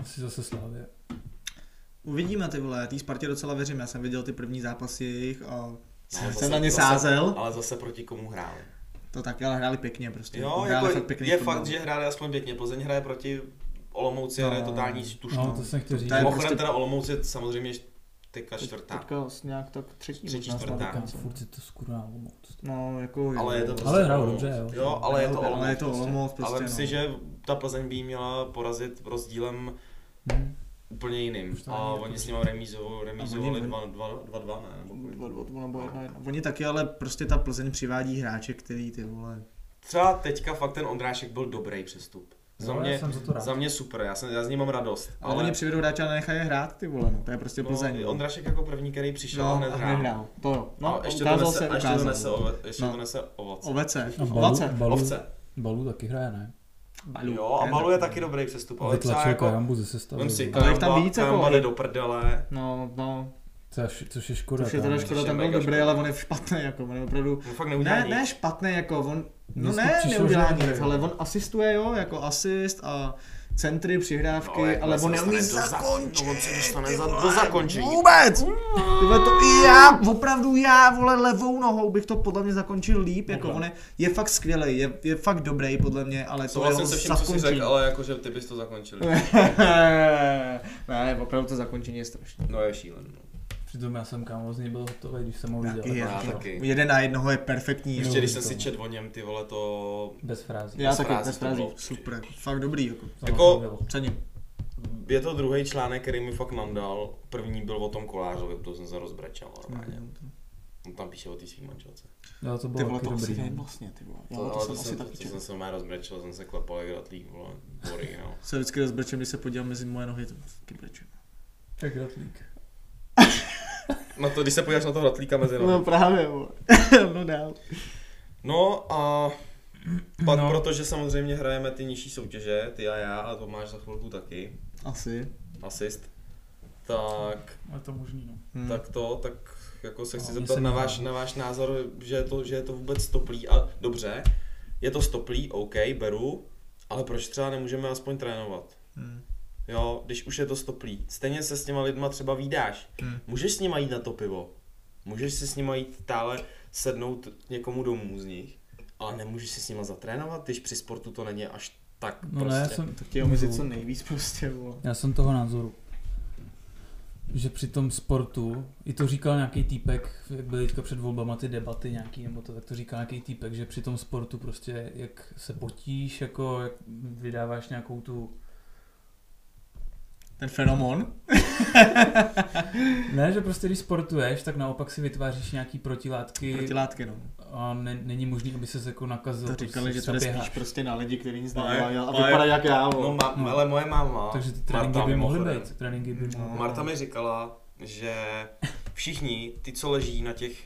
S4: asi zase Slávě.
S2: Uvidíme ty vole, tý Spartě docela věřím, já jsem viděl ty první zápasy jejich a
S1: No,
S2: jsem
S1: zase-
S2: na ně
S1: zase-
S2: sázel.
S1: Ale zase proti komu hráli.
S2: To taky, ale hráli pěkně prostě.
S1: Jo,
S2: hráli
S1: jako
S2: fakt pěkný
S1: je
S2: fotbal.
S1: fakt, že hráli aspoň pěkně. Plzeň hraje proti Olomouci,
S2: No.
S1: hraje totální tušku.
S4: No, to jsem chtěl říct.
S2: To je-
S1: Mimochodem
S2: prostě-
S1: teda Olomouc je samozřejmě teďka čtvrtá.
S2: Teďka s- nějak tak třetí.
S1: Třetí,
S2: možná
S1: čtvrtá.
S2: snad
S4: Říkám,
S2: dokonce.
S4: furt si to skurá moc.
S2: No, jako...
S1: Ale je to prostě
S4: Ale hrajou
S1: Olomouc.
S4: dobře, jo.
S1: Jo, ale je to Olomouc.
S2: Ale je to
S1: prostě.
S2: Olomouc
S1: A
S2: prostě,
S1: vem si,
S2: no.
S1: že ta Plzeň by jí měla porazit rozdílem
S4: Hm.
S1: úplně jiným.
S4: Už to
S1: A
S4: není
S1: oni
S4: jako-
S1: s nimi remízovali, remízovali
S2: oni- No,
S1: 2-2, ne? Nebo kolik?
S2: Dva, dva, dva, nebo jedna, jedna. Oni taky, ale prostě ta Plzeň přivádí hráče, který ty vole...
S1: Třeba teďka fakt ten Ondrášek byl dobrý přestup. Za
S4: No, já
S1: mě,
S4: jsem za to rád.
S1: za mě super, já, jsem, já z ní mám radost.
S2: Ale, ale oni přivedou hráče a nenechají je hrát, ty vole, no. To je prostě Plzeň.
S1: no, Ondrášek jako první, který přišel a
S2: no,
S1: hned hrál.
S2: To jo.
S1: No,
S2: No,
S1: a ještě to
S2: ukázal
S1: nese,
S2: se,
S1: a ještě to
S2: ukázal.
S1: nese, ove, ještě
S2: No.
S1: to nese ovoce.
S2: Ovece.
S4: A balu,
S2: Ovace.
S4: balu,
S1: Ovce.
S4: balu taky hraje, ne?
S2: Balu.
S1: Jo, a
S2: Ne,
S1: Balu je
S2: tak-
S1: taky dobrý přestup,
S4: A
S1: ale třeba
S4: vytlačil
S1: jako...
S4: Karambu ze sestavy.
S1: Vem si
S4: vole.
S2: Ale jich tam
S1: Kajamba-
S2: víc, jako-
S1: Kajamba jde do prdele.
S2: No, no,
S4: Což, což je škoda.
S2: což je teda
S4: kámo.
S2: škoda,
S1: je
S2: ten byl
S1: mega
S2: dobrý,
S1: škoda.
S2: ale on je špatný, jako, on je opravdu...
S1: On fakt neudělá
S2: Ne,
S1: nic.
S2: ne špatný, jako, on... No
S4: Mně
S2: ne,
S4: přišlo, že
S2: neudělá
S4: dobrý,
S2: nic,
S4: jo.
S2: ale on asistuje, jo, jako asist a centry, přihrávky,
S1: No, ale
S2: ale,
S1: jak se
S2: on
S1: dostane
S2: neumí
S1: do za-
S2: zakončit.
S1: no, on se dostane
S2: ty
S1: za- do
S2: vole,
S1: zakončení. Mm.
S2: Vůbec! Ty vole, to i já, opravdu já, vole, levou nohou bych to podle mě zakončil líp, jako
S4: Mohla.
S2: on je, je fakt skvělý, je, je fakt dobrý podle mě, ale to
S1: Souhlasím
S2: jeho
S1: se vším, co jsi
S2: zakončení.
S1: řekl, ale jakože ty bys to zakončil.
S2: <laughs> ne, opravdu to zakončení je strašné.
S1: No je šílen. No.
S4: Přitom já jsem kámo z něj byl hotový, když jsem ho
S2: Já-
S4: viděl.
S2: já
S4: Jako,
S1: taky.
S4: no.
S2: Jeden na jednoho je perfektní.
S4: Jo,
S1: Ještě když jsem
S4: to-
S1: si čet o něm, ty vole, to...
S4: Bez frází.
S2: Já
S1: bez
S2: taky,
S1: frází
S2: bez
S1: to
S2: frází.
S1: bylo.
S2: Super, jako, fakt dobrý, jako.
S4: To
S1: Jako-
S4: bylo.
S2: Cením.
S1: Je to druhý článek, který mi fakt nandal. První byl o tom kolářovi, to jsem se rozbrečel normálně. On tam píše o té svý manželce.
S4: Jo,
S2: Ty
S4: to bylo
S2: vole,
S4: taky
S2: to asi
S4: dobrý.
S2: nevím
S4: no.
S2: vlastně, ty vole.
S1: To,
S2: Jo, to,
S1: ale
S2: jsem asi
S1: to, to
S2: taky četl.
S1: jsem se normálně rozbrečel, jsem se klepal jak ratlík, vole, bory, <laughs> no.
S2: Se vždycky rozbrečím, když se podívám mezi moje nohy, to taky brečím.
S4: Tak Gratlík.
S1: Na No to, když se podíváš na toho ratlíka mezi nohy.
S2: No právě, vole. <laughs> no dál.
S1: No a pak no.
S4: No.
S1: protože samozřejmě hrajeme ty nižší soutěže, ty a já, a to máš za chvilku taky,
S2: Asi.
S1: asist, tak,
S4: Ale to možný, no.
S2: Hmm.
S1: tak to, tak jako se chci
S4: No,
S1: no,
S4: mně
S1: zeptat
S4: se
S1: na
S4: líbá.
S1: váš, na váš názor, že je, to, že je to vůbec stoplý a dobře, je to stoplý, OK, beru, ale proč třeba nemůžeme aspoň trénovat?
S2: Hmm.
S1: Jo, když už je to stoplý. Stejně se s těma lidma třeba výdáš.
S2: Hmm.
S1: Můžeš s nima jít na to pivo. Můžeš si s nima jít tále sednout někomu domů z nich. Ale nemůžeš si s nima zatrénovat, když při sportu to není až tak
S4: No
S1: prostě.
S4: ne, já jsem,
S2: Tak tě omezit co nejvíc prostě, vole.
S4: já jsem toho názoru, že při tom sportu, i to říkal nějaký týpek, jak byly teďka před volbama ty debaty nějaký, nebo to, tak to říkal nějaký týpek, že při tom sportu prostě, jak se potíš, jako jak vydáváš nějakou tu,
S2: Ten fenomon.
S4: ne, že prostě když sportuješ, tak naopak si vytváříš nějaký protilátky
S2: Protilátky, no.
S4: a ne, není možný, aby se jako nakazil.
S2: To
S4: prostě
S2: říkali, že to jde
S4: zaběháš.
S2: spíš prostě na lidi, kteří nic
S1: No,
S2: nedělají
S1: je-
S2: a
S1: no,
S2: vypadá
S1: je-
S2: jak já,
S1: No,
S2: vole.
S1: ma,
S4: No.
S1: ale moje máma,
S4: Takže ty tréninky
S1: Marta,
S4: by mohly
S1: mimochodem.
S4: být. Tréninky by
S2: No.
S4: mohly být.
S1: Marta mi říkala, že všichni, ty co leží na těch,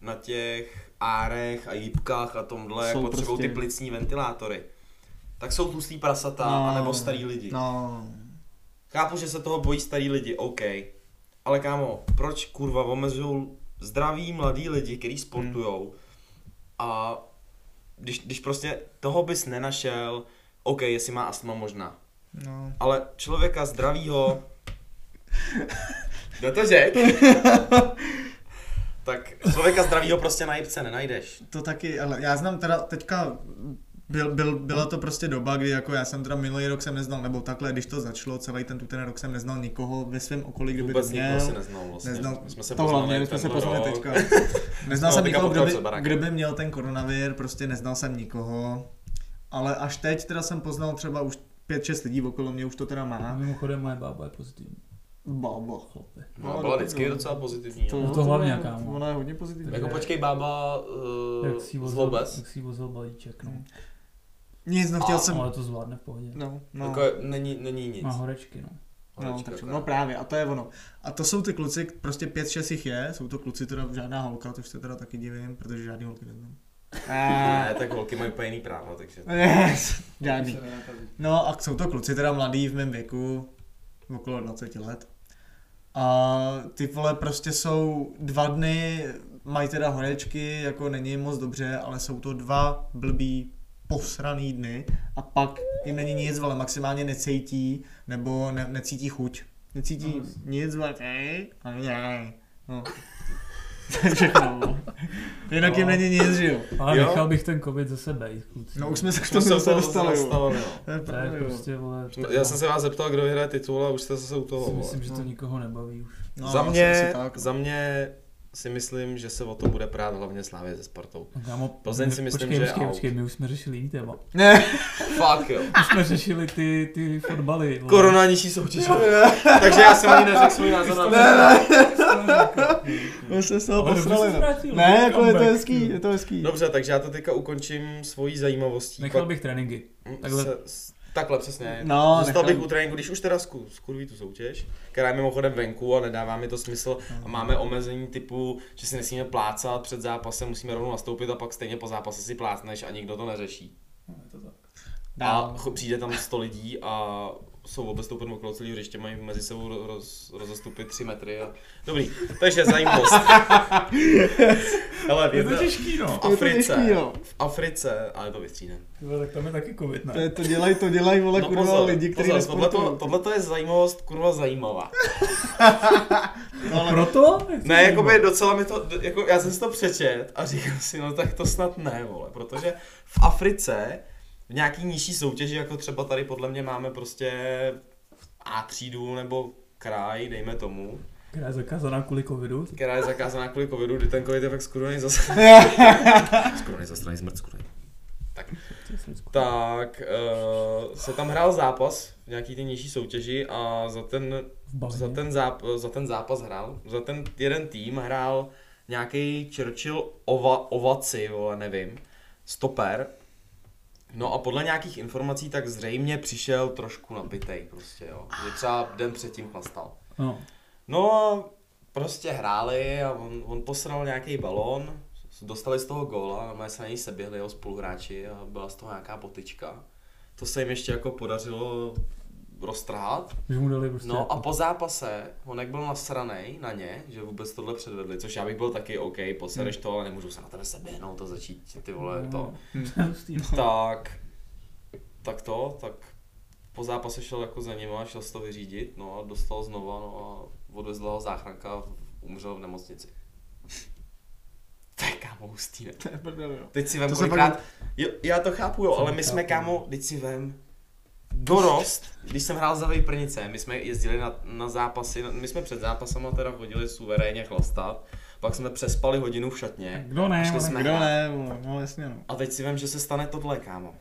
S1: na těch árech a jípkách a tomhle, jak
S2: Jsou
S1: potřebují
S2: prostě-
S1: ty plicní ventilátory, tak jsou tlustý prasata,
S2: No.
S1: anebo starý lidi.
S2: No.
S1: Chápu, že se toho bojí starý lidi, OK. Ale kámo, proč kurva omezují zdraví mladí lidi, kteří sportujou
S2: Hmm.
S1: a když, když prostě toho bys nenašel, OK, jestli má astma možná.
S2: No.
S1: Ale člověka
S2: <laughs>
S1: zdravýho... Kdo to řek? tak člověka zdravýho prostě na jipce nenajdeš.
S2: To taky, ale já znám teda teďka, byl, byl, byla to prostě doba, kdy jako já jsem teda minulý rok jsem neznal, nebo takhle, když to začalo, celý ten tu ten rok jsem neznal nikoho ve svém okolí, kdo by to
S1: Vůbec
S2: měl.
S1: nikoho si neznal vlastně.
S2: Neznal,
S1: My jsme se
S2: to
S1: poznali
S2: hlavně, my jsme se
S1: tenhle
S2: poznali
S1: rok. <laughs>
S2: teďka. Neznal
S1: No,
S2: jsem
S1: teďka
S2: nikoho,
S1: po
S2: kdo by,
S1: kauze Baraka.
S2: kdo by měl ten koronavir, prostě neznal jsem nikoho. Ale až teď teda jsem poznal třeba už 5-6 lidí okolo mě, už to teda
S4: A
S2: má.
S4: mimochodem moje bába je pozitivní.
S2: Babo.
S4: Chlape.
S1: No, byla vždycky docela pozitivní. jo.
S4: No to hlavně
S2: je-
S4: jaká, no.
S2: Ona je hodně pozitivní.
S1: Jako
S4: Ne.
S1: počkej, bába
S2: Eh,
S1: uh,
S4: Jak si vozil,
S1: zlobec.
S4: jak si vozil balíček, no.
S2: Nic, no chtěl
S1: A-
S2: jsem...
S4: Ale to zvládne v pohodě.
S2: No, no.
S1: Jako je- není, není nic.
S4: Má horečky, no.
S2: No,
S1: Horečka,
S2: takže,
S1: jako
S2: no
S1: ne.
S2: právě, a to je ono. A to jsou ty kluci, prostě pět, šest jich je, jsou to kluci, teda žádná holka, což se teda taky divím, protože žádný holky neznám.
S1: Ne, tak holky mají úplně jiný práva, takže...
S2: Yes,
S3: Se
S2: žádný.
S3: dá nakazit.
S2: No a jsou to kluci teda mladý v mém věku, okolo 20 let. A ty vole prostě jsou dva dny, mají teda horečky, jako není jim moc dobře, ale jsou to dva blbý posraný dny a pak jim není nic, ale maximálně necítí, nebo ne, necítí chuť. Necítí
S3: No, jasně.
S2: nic, ale a ne. No. <laughs> To je všechno. no. Jinak jim
S4: No.
S2: není nic, že jo.
S4: Ale
S1: Jo.
S4: nechal bych ten covid ze sebe, kluci.
S2: No už jsme se k
S1: To
S2: tomu
S1: se
S2: zase
S1: dostalo,
S2: dostali. jo.
S1: dostalo, jo.
S2: To je
S4: To je
S2: pravda, jo.
S4: prostě, vole,
S1: Já jsem se vás zeptal, kdo vyhraje titul a už jste zase u toho.
S4: si
S1: vole.
S4: myslím, že to
S2: No.
S4: nikoho nebaví už.
S2: No,
S1: za,
S2: asi-
S1: mě,
S2: asi tak, no.
S1: za mě si myslím, že se o to bude prát hlavně Slávě ze Spartou.
S4: No, Kámo,
S1: Plzeň si myslím,
S4: počkej,
S1: že je
S4: počkej,
S1: out.
S4: počkej, my už jsme řešili jiný téma.
S2: Ne.
S1: Fakt jo.
S4: Už jsme řešili ty, ty fotbaly.
S1: <laughs>
S4: vole.
S1: Korona nižší soutěž. Takže já jsem ani neřekl svůj názor na to.
S2: My jsme se toho
S4: Ale dobře
S2: posrali.
S4: se
S2: no.
S4: vrátil,
S2: Ne,
S4: no,
S2: jako je to
S4: comeback,
S2: hezký,
S4: jo.
S2: je to hezký.
S1: Dobře, takže já to teďka ukončím svojí zajímavostí.
S4: Nechal
S1: Pak-
S4: bych tréninky.
S1: Mm,
S4: takhle.
S1: se- s- Takhle přesně.
S2: No,
S1: Zůstal
S2: nechal-
S1: bych u tréninku, když už teda sku- skurví tu soutěž, která je mimochodem venku a nedává mi to smysl a máme omezení typu, že si nesmíme plácat před zápasem, musíme rovnou nastoupit a pak stejně po zápase si plácneš a nikdo to neřeší.
S3: No, je to tak.
S1: A
S2: Dál.
S1: cho- přijde tam 100 lidí a jsou obestoupen okolo celého hřiště, mají mezi sebou ro- roz, rozestupy 3 metry. A... Dobrý, takže zajímavost. Hele, v
S4: Je to
S1: jedné-
S4: těžký, no.
S1: v
S2: Je to těžký,
S1: Africe,
S2: jo.
S1: v Africe, ale to vystřídám.
S4: Tyhle, tak tam je taky covid,
S2: To, je, to dělají, to dělají, vole,
S1: No
S2: kurva,
S1: pozor,
S2: lidi, kteří
S1: pozor, tohleto,
S2: nesportují. <laughs>
S1: tohleto je zajímavost, kurva zajímavá.
S4: Ale... Proto?
S1: Ne, jako by docela mi to, jako já jsem si to přečet a říkal si, no tak to snad ne, vole, protože v Africe v nějaký nižší soutěži, jako třeba tady podle mě máme prostě A třídu nebo kraj, dejme tomu,
S4: Která je zakázaná kvůli covidu.
S1: která je zakázaná kvůli covidu, kdy ten covid je fakt skurvený zase. skurvený zastraný smrt, skurvený. Tak uh, se tam hrál zápas v nějaký ty nižší soutěži a za ten
S4: V Bavně.
S1: za ten, záp, za ten zápas hrál, za ten jeden tým hrál nějaký Churchill ova, ovaci, vole, nevím, stoper. No a podle nějakých informací tak zřejmě přišel trošku nabitej prostě, jo. Že třeba den předtím chlastal.
S4: No.
S1: No a prostě hráli a on, on posral nějaký balón, s- dostali z toho góla, normálně se na něj seběhli jeho spoluhráči a byla z toho nějaká potyčka. To se jim ještě jako podařilo roztrhat.
S4: Že mu dali prostě... <laughs>
S1: No a po zápase, Honek byl nasranej na ně, že vůbec tohle předvedli, což já bych byl taky OK, posereš to, ale nemůžu se na tebe seběhnout a začít ty vole to.
S2: No.
S1: No. Tak, tak to, tak po zápase šel jako za ním a šel se to vyřídit, no a dostal znova, no a odvezla ho záchranka a umřel v nemocnici. To je kámo hustý, ne?
S2: To je prdel, jo.
S1: Teď si vem
S2: To se
S1: kolikrát, jo, já to chápu jo,
S4: To
S1: ale
S4: nechápu.
S1: my jsme kámo, teď si vem, dorost, když jsem hrál za Vejprnice, my jsme jezdili na, na zápasy, my jsme před zápasama teda chodili suverénně chlastat, pak jsme přespali hodinu v šatně
S4: Kdo ne,
S1: Šli
S4: ale-
S1: jsme.
S2: Kdo ne, vole, no jasně, no.
S1: a teď si vem, že se stane tohle kámo.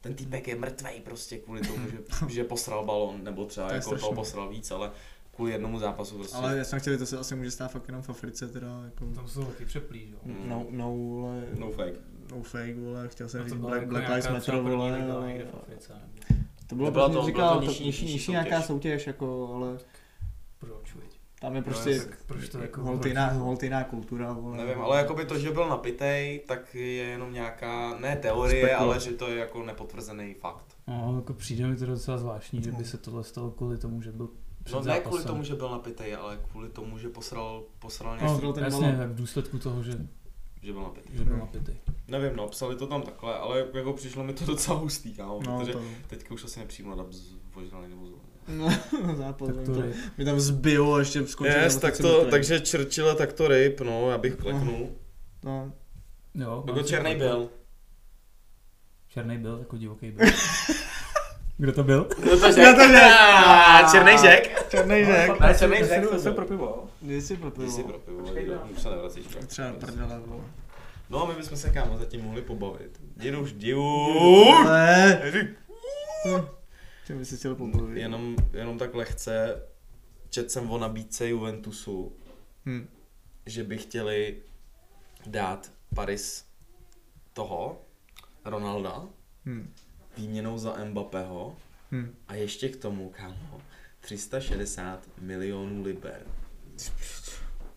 S1: Ten týpek je mrtvej prostě kvůli tomu,
S2: <laughs>
S1: že, že posral balon, nebo třeba
S2: To je
S1: jako toho
S2: strašný.
S1: posral víc, ale kvůli jednomu zápasu prostě.
S2: Ale já jsem chtěl, to se asi může stát fakt jenom v Africe, teda, jako...
S4: Tam jsou taky přeplí, jo.
S2: No, no, vole,
S1: No fake.
S2: no fake, vole, chtěl jsem
S4: A Mm. to
S2: říct
S4: byla
S2: Black,
S4: jako
S2: Black
S4: nějaká
S2: Lives Matter,
S4: třeba první
S2: vole,
S4: liga
S2: ale-
S4: někde v Africe, nebo-
S2: To bylo,
S1: Byla
S2: prostě,
S1: to-
S2: jak
S1: byla to
S2: říkal, to
S1: nižší-
S2: nižší,
S1: nižší
S2: nižší nějaká
S1: soutěž.
S2: soutěž, jako, ale
S4: Proč, viď?
S2: tam je
S4: No,
S2: prostě
S4: tak proč to jako-
S2: holt jiná- holt jiná kultura, vole.
S1: Nevím, ale jakoby to, že byl napitej, tak je jenom nějaká, ne teorie,
S2: Spekulace.
S1: ale že to je jako nepotvrzený fakt.
S4: No, jako přijde mi to docela zvláštní, že by se tohle stalo kvůli tomu, že byl před
S1: No ne
S4: zápasem.
S1: kvůli tomu, že byl napitej, ale kvůli tomu, že posral, posral
S4: No,
S1: nějaký...
S2: Jestli byl ten
S4: jasně,
S2: balón.
S4: tak v důsledku toho, že
S1: že byl napitý.
S4: že byl napitý.
S1: Nevím, no, psali to tam takhle, ale jako přišlo mi to docela hustý, kámo, no,
S2: No,
S1: protože
S2: to,
S1: teďka už asi nepřijmu dab z vožrany nebo zvolený.
S2: <laughs> no, zápas,
S4: Tak to
S2: to,
S4: je.
S2: mi tam zbijou a ještě skončil.
S1: Yes, tak to, takže Churchilla, tak to ryb, no, já bych kleknul.
S2: No,
S4: Jo,
S1: Jako černý byl.
S4: Černý byl, jako
S5: <laughs>
S4: divoký byl. Kdo to byl?
S1: No to
S2: Jack.
S1: Jack. Černý Jack.
S2: černý řek.
S1: Ne, černý Jack to
S5: se
S1: byl.
S5: pro pivo.
S2: Kdy jsi pro
S1: Ty si
S2: pivo?
S1: pro pivo, jo, už se nevracíš. tak.
S2: Třeba prdele, vole.
S1: No a my bychom se kámo zatím mohli pobavit. Jdu už, divu.
S2: Ne. Ty by si chtěl pobavit.
S1: Jenom, jenom tak lehce, četl jsem o nabídce Juventusu,
S2: Hm.
S1: že by chtěli dát Paris toho, Ronalda,
S2: Hm.
S1: výměnou za Mbappého
S2: Hm.
S1: a ještě k tomu, kámo, 360 milionů liber.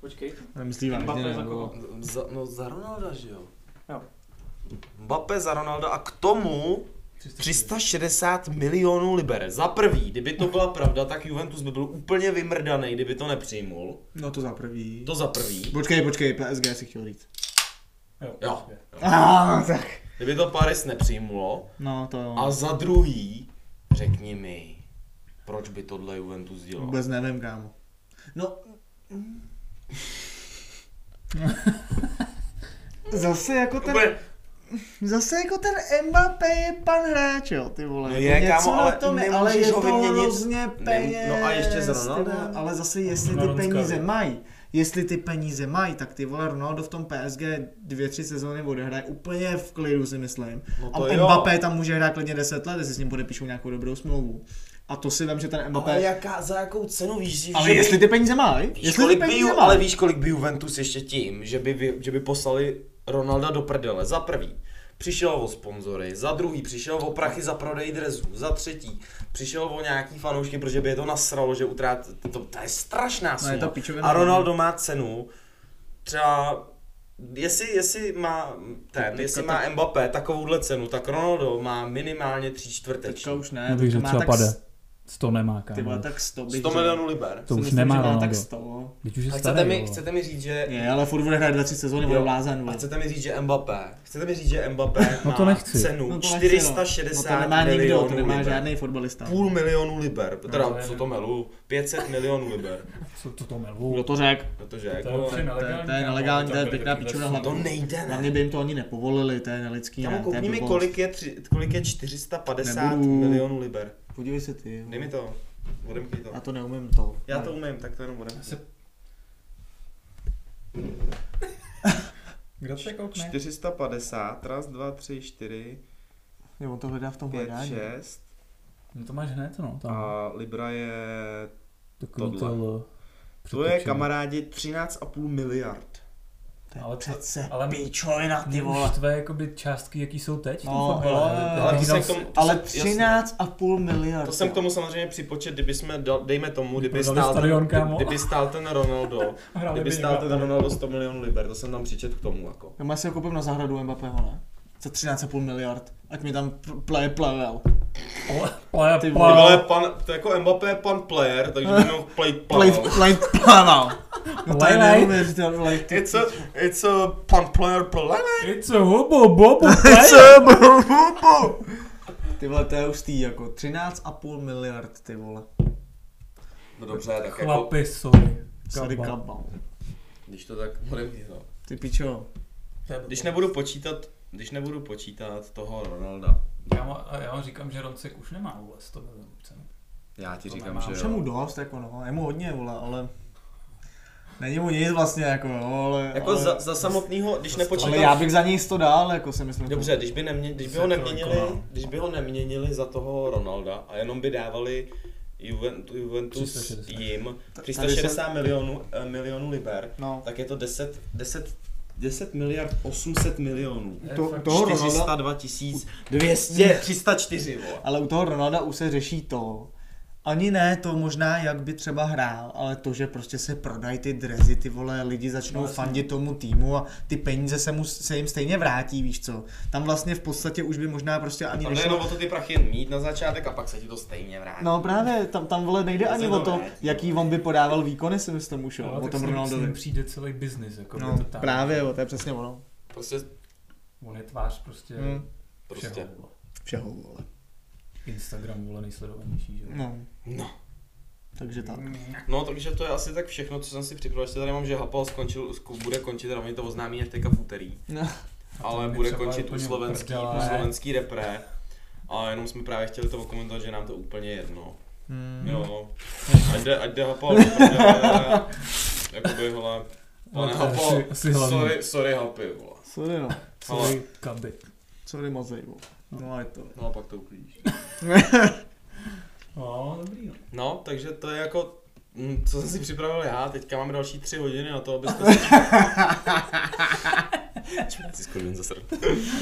S5: Počkej.
S2: Nemyslí vážně,
S5: Mbappé za
S2: nebo...
S5: koho?
S1: Za, no za Ronalda, že jo?
S5: Jo.
S1: Mbappé za Ronalda a k tomu 360 milionů liber. Za prvý, kdyby to byla pravda, tak Juventus by byl úplně vymrdaný, kdyby to nepřijmul.
S2: No to za prvý.
S1: To za prvý.
S2: Počkej, počkej, PSG si chtěl říct.
S1: Jo.
S4: No,
S2: Ah, tak.
S1: Kdyby to Paris nepřijmulo.
S2: No to jo.
S1: A za druhý, řekni mi, proč by tohle Juventus dělal?
S2: Vůbec nevím, kámo. No. Zase jako ten,
S1: Úplně-
S2: zase jako ten Mbappé je pan hráč, jo, ty vole.
S1: No je,
S2: Něco
S1: kámo,
S2: na
S1: ale
S2: tom je,
S1: nemůžeš
S2: ale je
S1: ho
S2: to
S1: vyměnit.
S2: hrozně peněz.
S1: no a ještě za
S2: ty
S1: Ronalda.
S2: vole, Ale zase jestli ty
S3: Ronaldo
S2: peníze
S3: skvělý.
S2: mají, jestli ty peníze mají, tak ty vole Ronaldo v tom PSG dvě, tři sezóny odehraje úplně v klidu si myslím.
S1: No to
S2: A
S1: jo.
S2: Mbappé tam může hrát klidně 10 let, jestli s ním podepíšou nějakou dobrou smlouvu. A to si vím, že ten Mbappé...
S1: Ale jaká, za jakou cenu víš, že
S2: Ale
S1: by-
S2: jestli ty peníze mají,
S1: víš,
S2: jestli ty
S1: kolik by,
S2: peníze
S1: Ju- ale
S2: mají.
S1: víš, kolik by Juventus ještě tím, že by, vy- že by poslali Ronalda do prdele. Za prvý, přišel o sponzory, za druhý přišel o prachy za prodej drezů, za třetí přišel o nějaký fanoušky, protože by je to nasralo, že utrát, to, to je strašná
S2: No, je to
S1: suma.
S2: pičovina.
S1: a Ronaldo má cenu, třeba, jestli, jestli má ten, jestli má Mbappé takovouhle cenu, tak Ronaldo má minimálně tři
S2: Teďka
S1: čtvrteční.
S2: už ne,
S4: Já No bych
S2: teďka
S4: řekl
S2: má
S4: třeba
S2: tak
S4: pade.
S2: s-
S4: To nemá,
S2: Ty
S4: kámo.
S2: vole, tak 100 bych
S1: 100
S2: řekl.
S1: milionů liber.
S4: To
S2: Si
S4: už
S2: myslím,
S4: nemá
S2: že má
S4: Ronaldo.
S2: tak 100.
S4: Teď už je
S1: A
S4: starý,
S1: chcete mi,
S4: vole.
S1: chcete mi říct, že
S2: Je, ale furt bude hrát 20 sezóny, bude
S1: Jo.
S2: blázen.
S1: A
S2: vole.
S1: chcete mi říct, že Mbappé, chcete mi říct, že Mbappé
S4: No
S1: má
S4: to nechci.
S1: cenu
S2: <laughs> No to nechci, no.
S1: 460
S2: No to nemá nikdo,
S1: milionů
S2: to nemá
S1: liber.
S2: žádný fotbalista.
S1: Půl milionu liber, teda
S3: to je-
S1: co to melu, 500 milionů liber,
S4: Co to to
S2: Kdo
S4: melu?
S2: to řekl?
S1: protože
S3: To
S1: jako,
S3: je určitě nelegální.
S2: to je
S3: kámo,
S2: nelegální,
S3: tam
S2: to je
S3: byly
S2: pěkná
S3: takovýhle
S2: pičovina
S3: sum.
S2: hlavně.
S1: to nejde,
S2: Hlavně
S1: ne?
S2: by jim to ani nepovolili, to je nelidský,
S1: Kámo,
S2: ne, to je
S1: koukni mi,
S2: blbost.
S1: kolik je, tři, kolik je 450
S2: Nebudu.
S1: milionů liber.
S2: Podívej se ty.
S1: Dej mi to, odemkni to.
S2: Já to neumím to.
S1: Já to umím, tak to jenom odemkni.
S3: Se- Kdo se koukne?
S1: 450, raz, dva, tři, čtyři,
S2: Jo, on to hledá v tom hledání.
S1: šest
S4: No to máš hned, no. Tam.
S1: Libra je,
S4: Takový to
S1: tohle.
S4: l. přetočený.
S1: kamarádi 13,5 miliard.
S2: To je
S3: Ale to-
S2: přece
S3: ale-
S2: píčovina, ty
S4: Mě už
S2: vole.
S4: štve jakoby částky, jaký jsou teď. v tom
S2: No,
S4: fotbale.
S2: jo,
S4: Já
S2: jo,
S1: Ale
S4: bych
S1: Eh, to
S2: to
S1: se
S4: dal
S1: k tomu,
S2: Ale 13,5 miliard.
S1: To jsem k tomu samozřejmě připočet, kdyby jsme, dal- dejme tomu, kdyby
S4: Prodali
S1: stál,
S4: stadion,
S1: ten,
S4: kámo.
S1: kdyby stál ten
S2: <laughs>
S1: Ronaldo,
S3: Hráli
S1: kdyby
S3: by
S1: stál
S3: někdo.
S1: ten Ronaldo 100 milionů liber, to jsem tam přičet k tomu jako.
S2: Já si ho koupím na zahradu Mbappého, ne? Za 13,5 miliard. Ať mi tam pl- pleje plevel.
S4: Ple-
S2: Ty
S4: ple- ple-
S1: Ty vole,
S2: vole.
S1: pan, to jako Mbappé je pan player,
S2: <laughs>
S1: takže jenom play
S2: Play,
S1: pan.
S2: play <laughs> plevel. No to je
S4: Lelej.
S2: neuvěřitelné.
S1: It's a, it's a pan player player.
S4: It's a hobo, bobo, play.
S2: Ty vole, to je hustý, jako 13,5 miliard, ty vole.
S1: No dobře, tak jako,
S4: Chlapi, sorry.
S2: Sorry,
S4: Kabal.
S2: kabal.
S1: když to tak budem no.
S2: Ty pičo.
S1: Když nebudu počítat, když nebudu počítat toho Ronalda,
S3: Já, má, a já vám říkám, že Roncek už nemá vůbec 100 milionů cenu.
S1: já ti
S3: To
S1: říkám,
S3: nemám.
S1: že
S2: Už je mu
S1: jo.
S2: dost, jako no, je mu hodně, vole, ale... Není mu nic vlastně, jako jo, ale...
S1: Jako
S2: ale,
S1: za, za samotného, když
S2: ale
S1: nepočítám
S2: já bych za něj 100 dál, jako si myslím.
S1: Dobře, když by, nemě, když by, ho
S3: Se to
S1: neměnili,
S3: vykonalo.
S1: když by ho neměnili za toho Ronalda a jenom by dávali Juventus, Juventus
S4: 360.
S1: jim
S2: Ta-
S1: 360 milionů, eh, milionů liber,
S2: No.
S1: tak je to 10, 10, 10 miliard 800 milionů.
S2: To-
S3: fakt-
S2: toho Ronalda-
S1: 402 tisíc 200, 304, vole.
S2: Ale u toho Ronalda už se řeší to, ani ne to možná, jak by třeba hrál, ale to, že prostě se prodají ty drezy, ty vole, lidi začnou
S3: No,
S2: no,
S3: jasně.
S2: fandit tomu týmu a ty peníze se, mu, se jim stejně vrátí, víš co. Tam vlastně v podstatě už by možná prostě ani
S1: Tam jde jenom o to ty prachy mít na začátek a pak se ti to stejně vrátí.
S2: No právě, tam, tam vole nejde
S1: To se
S2: ani
S1: to
S2: o to,
S1: vrátí.
S2: jaký on by podával výkony, si myslím už, jo,
S3: No,
S2: o
S3: tak
S2: tom
S3: s ním- s ním
S2: Ronaldovi.
S3: přijde celý biznis, jako
S2: No,
S3: totální.
S2: právě, jo, to je přesně ono.
S1: Prostě,
S4: On je tvář prostě
S2: Hmm.
S4: hmm.
S1: prostě.
S4: všeho. vole.
S2: Všeho, vole.
S4: Instagram vole nejsledovanější, že jo?
S2: No,
S1: No.
S2: takže tak.
S1: no, takže to je asi tak všechno, co jsem si připravil. Ještě tady mám, že Hapal skončil, sku- bude končit, a oni to oznámí až teďka v úterý.
S2: No.
S4: A to
S1: ale
S4: mi
S1: bude
S4: třeba
S1: končit u
S4: úplně
S1: slovenský,
S4: uprdele.
S1: u slovenský repre. A jenom jsme právě chtěli to okomentovat, že nám to úplně jedno.
S2: Hmm.
S4: Mhm.
S1: Jo. Ať jde, ať jde hapal, do prdele. jakoby, hele, pane
S4: Ale to je
S1: hapal,
S4: asi- asi hlavní.
S1: sorry, sorry hapy, vole.
S2: Sorry no,
S1: Hele,
S4: Sorry, kaby.
S2: sorry mazej, vole. No a je to.
S1: no a pak to uklidíš.
S3: No, dobrý. no.
S1: No, takže to je jako, mm, co jsem si připravil já, teďka máme další tři hodiny na to, abyste si... <laughs> Ty skurvím zase.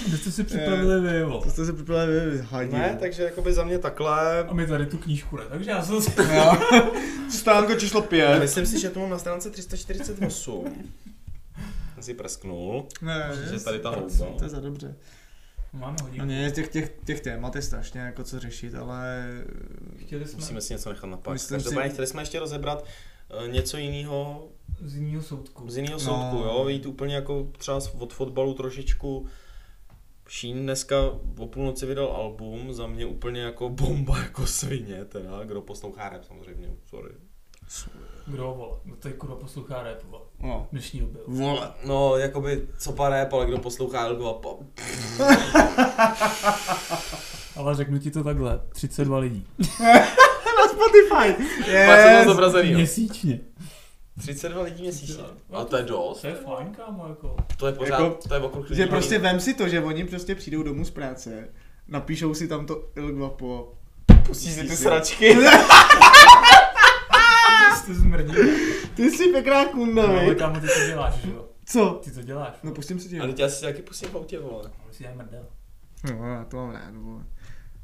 S4: Kde jste si připravili vy, vole?
S2: To jste se připravili vy, hadi.
S1: Ne, takže jakoby za mě takhle.
S4: A my tady tu knížku ne, takže já jsem si...
S2: Jo. <laughs> Stánko číslo pět.
S1: Myslím si, že to mám na stránce 348. Jsem si prsknul.
S2: Ne,
S1: Že tady ta
S2: To
S1: houba.
S2: je za dobře.
S4: Máme hodinu.
S2: No ne, těch, těch, těch témat je strašně jako co řešit, ale...
S3: Chtěli jsme
S1: Musíme si něco nechat na pak.
S2: Myslím si-
S1: Každopádně chtěli jsme ještě rozebrat eh, něco jiného
S3: z jiného soudku.
S1: z jiného soudku,
S2: No.
S1: jo? Jít úplně jako třeba z- od fotbalu trošičku. Šín dneska o půlnoci vydal album, za mě úplně jako bomba, jako svině, teda, kdo poslouchá rap samozřejmě, sorry.
S4: Kdo, vole? No tady kurva poslouchá rap, vole.
S2: No.
S4: V dnešní době. vole.
S2: Vole.
S1: No, jakoby, co pa rap, ale kdo poslouchá Elgo a pa...
S4: Ale řeknu ti to takhle, 32 lidí.
S2: Spotify.
S1: Yes.
S2: Yes.
S1: zobrazený, jo.
S4: Měsíčně.
S1: 32 lidí měsíčně. A to je dost.
S3: To je fajn, kámo, jako.
S1: To je pořád,
S2: Jako-
S1: to je okruh
S2: Že prostě vem si to, že oni prostě přijdou domů z práce, napíšou si tam to ilgvapo.
S1: Pustí si ty sračky.
S3: Jste zmrdí.
S2: Ty jsi pěkná kunda,
S3: No, ale
S2: no,
S3: kámo, ty to děláš, že jo?
S2: Co?
S3: Ty to děláš.
S2: No pustím si tě.
S1: A teď já si taky pustím v autě, vole.
S3: No, si dělej mrdel.
S2: No, já to mám rád, vole.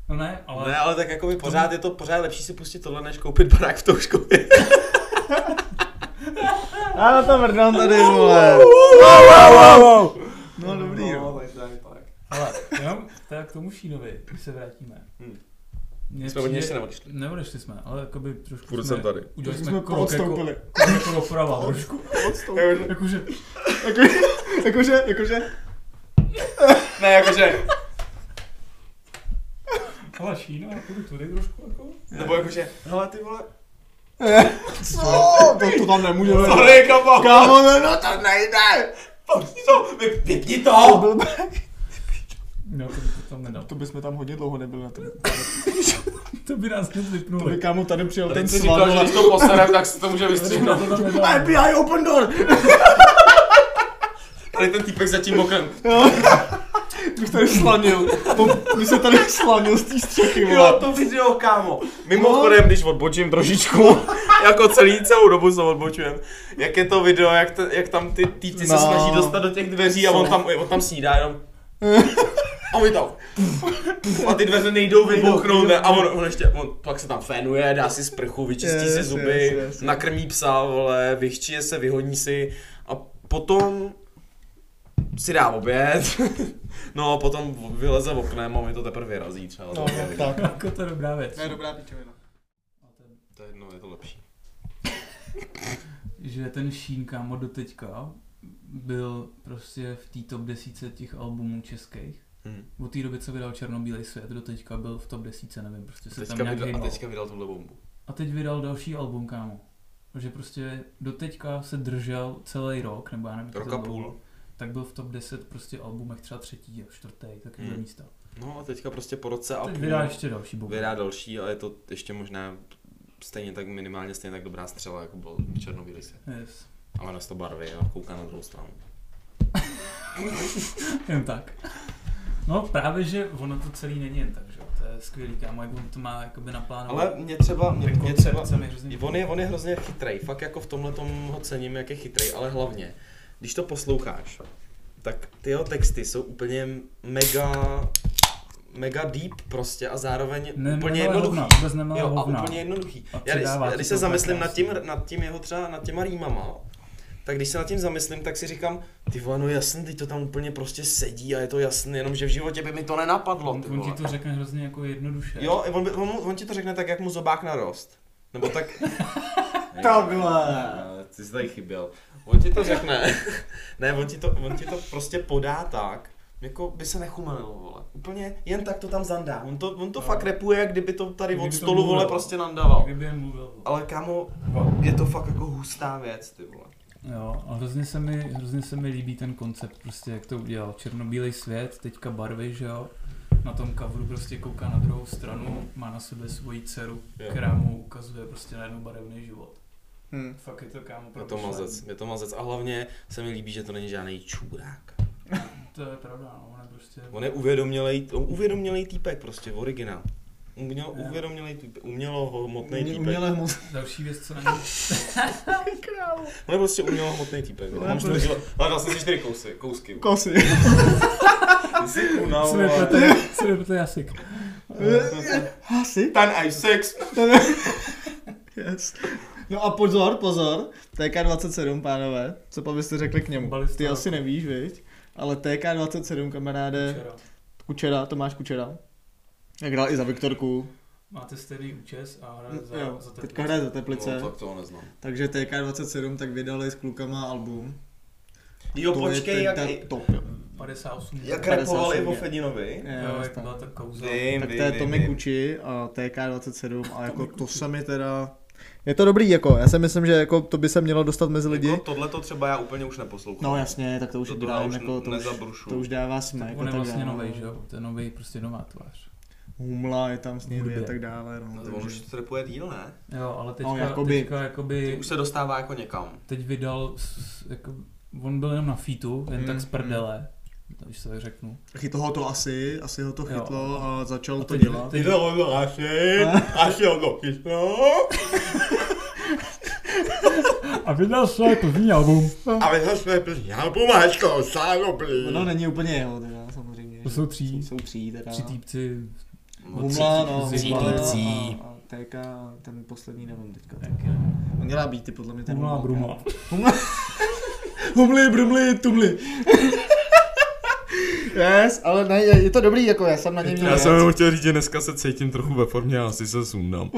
S3: No ne, ale...
S1: Ne, No, ale tak jako by pořád je to pořád lepší si pustit tohle, než koupit barák v Touškově.
S2: Já na to mrdám tady, vole. No dobrý, jo.
S4: Ale jenom tak k tomu Šínovi, když se vrátíme.
S1: Hmm.
S4: Mně
S1: Jsme od něj ještě neodešli.
S4: Neodešli jsme, ale jakoby trošku
S1: Furt
S4: jsme,
S1: jsem tady.
S4: Udělali
S2: Jsme
S4: jsme krok jako,
S2: poodstoupili.
S4: krok jako doprava trošku.
S2: Jakože,
S4: Jakože,
S2: <laughs> jakože, jakože,
S1: Ne, jakože,
S3: Ale Šína, jako by tudy trošku, jako...
S1: nebo jakože, hele ty vole,
S2: co? To, to tam nemůžeme.
S1: sorry kamo,
S2: Kámo, no, no to nejde.
S1: pustí to, vy- vypni to!
S4: no to by to tam nedal.
S2: To bychom tam hodně dlouho nebyli na tom.
S4: To by nás hned
S2: To by
S4: vypnuli.
S2: kámo tady přijel ten
S1: Teď si
S2: sval.
S1: říkal, že
S2: vole.
S1: když to poserem, tak se to může vystříhnout.
S4: To tam nedal.
S2: FBI, open door!
S1: Tady ten týpek za tím okem.
S2: Bych tady slanil. To, bych se tady slanil z té střechy,
S1: Jo,
S2: vole.
S1: to video, kámo.
S2: No.
S1: Mimochodem, když odbočím trošičku, <laughs> jako celý celou dobu se odbočujem, jak je to video, jak, to, jak tam ty týpci
S2: No.
S1: se snaží dostat do těch dveří a on tam, on tam snídá
S2: <laughs>
S1: jenom. A my tam. A ty dveře nejdou vybouchnout ne? a on, on ještě, on pak se tam fénuje, dá si sprchu, vyčistí
S2: Yes,
S1: si zuby,
S2: yes, yes.
S1: nakrmí psa, vole, vychčije se, vyhodní si a potom si dá oběd. <laughs> No a potom vyleze oknem a mi to teprve vyrazí třeba.
S2: No,
S1: To-
S2: tak.
S4: Jako to je dobrá věc.
S2: To je dobrá pičovina.
S1: to je jedno, je to lepší.
S4: Že ten Šín, kámo, doteďka byl prostě v té top desíce těch albumů českých.
S1: Hmm.
S4: Od té doby, co vydal Černobílej svět, doteďka byl v top desíce, nevím, prostě se tam
S1: Teďka
S4: nějak
S1: vydal, a
S4: hejbal.
S1: teďka vydal tuhle bombu.
S4: A teď vydal další album, kámo. Že prostě doteďka se držel celý rok, nebo já nevím, jak
S1: Rok
S4: to
S1: a
S4: bylo,
S1: půl.
S4: Tak byl v top 10 prostě albumech třeba třetí a čtvrtý, takové
S1: Hmm.
S4: hmm. místa.
S1: No a teďka prostě po roce a
S4: Teď
S1: půl
S4: vydá ještě další bombu.
S1: vydá další a je to ještě možná stejně tak minimálně stejně tak dobrá střela, jako byl Černobílý se.
S4: Yes.
S1: Ale na to barvy a kouká na druhou stranu.
S4: Jen tak. No právě, že ono to celý není jen tak, že jo. To je skvělý, kámo, jak on to má jakoby naplánovat. Jako
S1: Ale mě třeba, mě, mě třeba,
S4: Koncepcemi hrozně-
S1: on je, on je hrozně chytrej, fakt jako v tomhle tom ho cením, jak je chytrej, ale hlavně, když to posloucháš, tak ty jeho texty jsou úplně mega, mega deep prostě a zároveň
S4: Ne,
S1: úplně
S4: nemilé
S1: jednoduchý.
S4: hovna, vůbec nemilé
S1: Jo, a
S4: hovna.
S1: úplně jednoduchý.
S4: A
S1: Já, když,
S4: předává
S1: já,
S4: ti
S1: když
S4: to
S1: se
S4: úplně
S1: zamyslím nad
S4: krásně.
S1: tím, nad tím jeho třeba, nad těma rýmama, tak když se nad tím zamyslím, tak si říkám, ty vole, no jasný, teď to tam úplně prostě sedí a je to jasný, jenomže v životě by mi to nenapadlo,
S4: On,
S1: ty
S4: on
S1: vole.
S4: ti to řekne hrozně jako jednoduše.
S1: Jo, on, by- <laughs> on, mu- on ti to řekne tak, jak mu zobák narost. Nebo tak...
S2: Takhle.
S1: ty jsi tady chyběl. On ti to řekne, <laughs> ne, on ti to, on ti to prostě podá tak, jako by se nechumelil, vole. Úplně jen tak to tam zandá. On to, on to
S3: No.
S1: fakt repuje, jak kdyby to tady
S3: Kdyby
S1: od
S3: to
S1: stolu, vole,
S3: mluvil.
S1: prostě nandával.
S3: Kdyby jen mluvil. vole.
S1: Ale kámo,
S3: No.
S1: je to fakt jako hustá věc, ty vole.
S4: Jo, a hrozně se, mi, hrozně se mi líbí ten koncept, prostě jak to udělal. Černobílej svět, teďka barvy, že jo. Na tom coveru prostě kouká na druhou stranu, má na sebe svoji dceru,
S1: Jo.
S4: která mu ukazuje prostě najednou barevný život.
S2: Hm.
S3: Fakt je to kámo
S1: Je to
S3: myšlení.
S1: mazec, je to mazec. A hlavně se mi líbí, že to není žádný čůrák.
S3: To je pravda, no, on je prostě...
S1: On je uvědomělej, on uvědomělej týpek prostě, originál. Uměl,
S3: Jo.
S1: uvědomělej týpek, umělo hmotný
S2: Umě-
S1: týpek.
S2: Uměle moc.
S3: Další věc, co
S2: <laughs>
S3: na něj...
S1: On je prostě umělo hmotný týpek.
S2: Ne,
S1: Mám čtyři, ale dal jsem si čtyři kousy, kousky. vole. <laughs>
S2: Kosy.
S1: Ty jsi kunal,
S4: Co
S1: vole.
S4: neplete, co neplete jasik.
S2: Hasi?
S1: Ten i sex.
S2: Yes. No a pozor, pozor, TK27, pánové, co pak byste řekli k němu?
S3: Balista
S2: Ty
S3: roku.
S2: asi nevíš, viď? Ale TK27, kamaráde,
S3: Včera.
S2: Kučera, Tomáš Kučera. Jak hrál i za Viktorku.
S3: Máte stejný účes a hraje za,
S2: Jo,
S3: za
S2: teďka
S3: teplý.
S2: hraje za Teplice.
S1: No, tak toho neznám.
S2: Takže TK27 tak vydali s klukama album.
S1: Jo,
S2: To je
S1: počkej,
S2: ten-
S1: jak,
S2: ten top. jo.
S3: 58.
S1: jak
S2: Padesát
S1: rapoval
S2: sedm.
S1: Ivo Fedinovi.
S3: Jo,
S2: Jo,
S3: jak
S2: tak.
S3: byla ta kauza.
S1: Vím,
S2: Tak to
S1: vím,
S2: je
S1: vím,
S2: Tomi
S1: vím.
S2: Kuči a TK27 a jako to se mi teda... Je to dobrý jako, já si myslím, že jako to by se mělo dostat mezi lidi.
S1: Jako tohle to třeba já úplně už neposlouchám.
S2: No jasně, tak to už
S1: to,
S2: je
S1: to, já
S2: brám,
S1: už
S2: jako to už,
S1: nezabrušu.
S2: to už dává smek. a
S4: On je
S2: tak no.
S4: vlastně
S2: dále.
S4: nový, že jo? To je nový, prostě nová tvář.
S2: Humla je tam s ním a
S4: Hudbě.
S2: tak dále, no.
S1: No,
S2: takže-
S1: On už to repuje díl, ne?
S4: Jo, ale teďka,
S2: No, jakoby-
S4: teďka
S1: Ty
S4: jakoby,
S1: už se dostává jako někam.
S4: teď vydal, s- jako, on byl jenom na featu, jen
S2: Mm,
S4: tak z
S2: mm.
S4: prdele, když se tak řeknu.
S2: Chytlo ho to asi, asi ho to
S4: Jo.
S2: chytlo a začal
S4: A
S2: to
S4: teď-
S2: dělat.
S4: teď-
S1: to asi,
S2: <laughs>
S1: asi ho to chytlo.
S4: A vydal své první album.
S1: A vy jsme první album a hezko, sáno
S2: No není úplně jeho teda, samozřejmě.
S4: To
S2: že?
S4: jsou tří.
S2: Jsou tří teda.
S4: Tři týpci.
S2: Humla, no,
S4: Tři
S2: Humla no.
S1: týpci.
S2: a- a TK, ten poslední nevím teďka.
S4: Tak
S2: On dělá beaty podle mě ten
S4: Humla a
S2: Humla.
S4: Bruma.
S2: Humli, brumli, tumli. <laughs> yes, ale ne, je, je to dobrý, jako já jsem na něj měl
S6: Já
S2: jazd.
S6: jsem jenom chtěl říct, že dneska se cítím trochu ve formě a asi se sundám.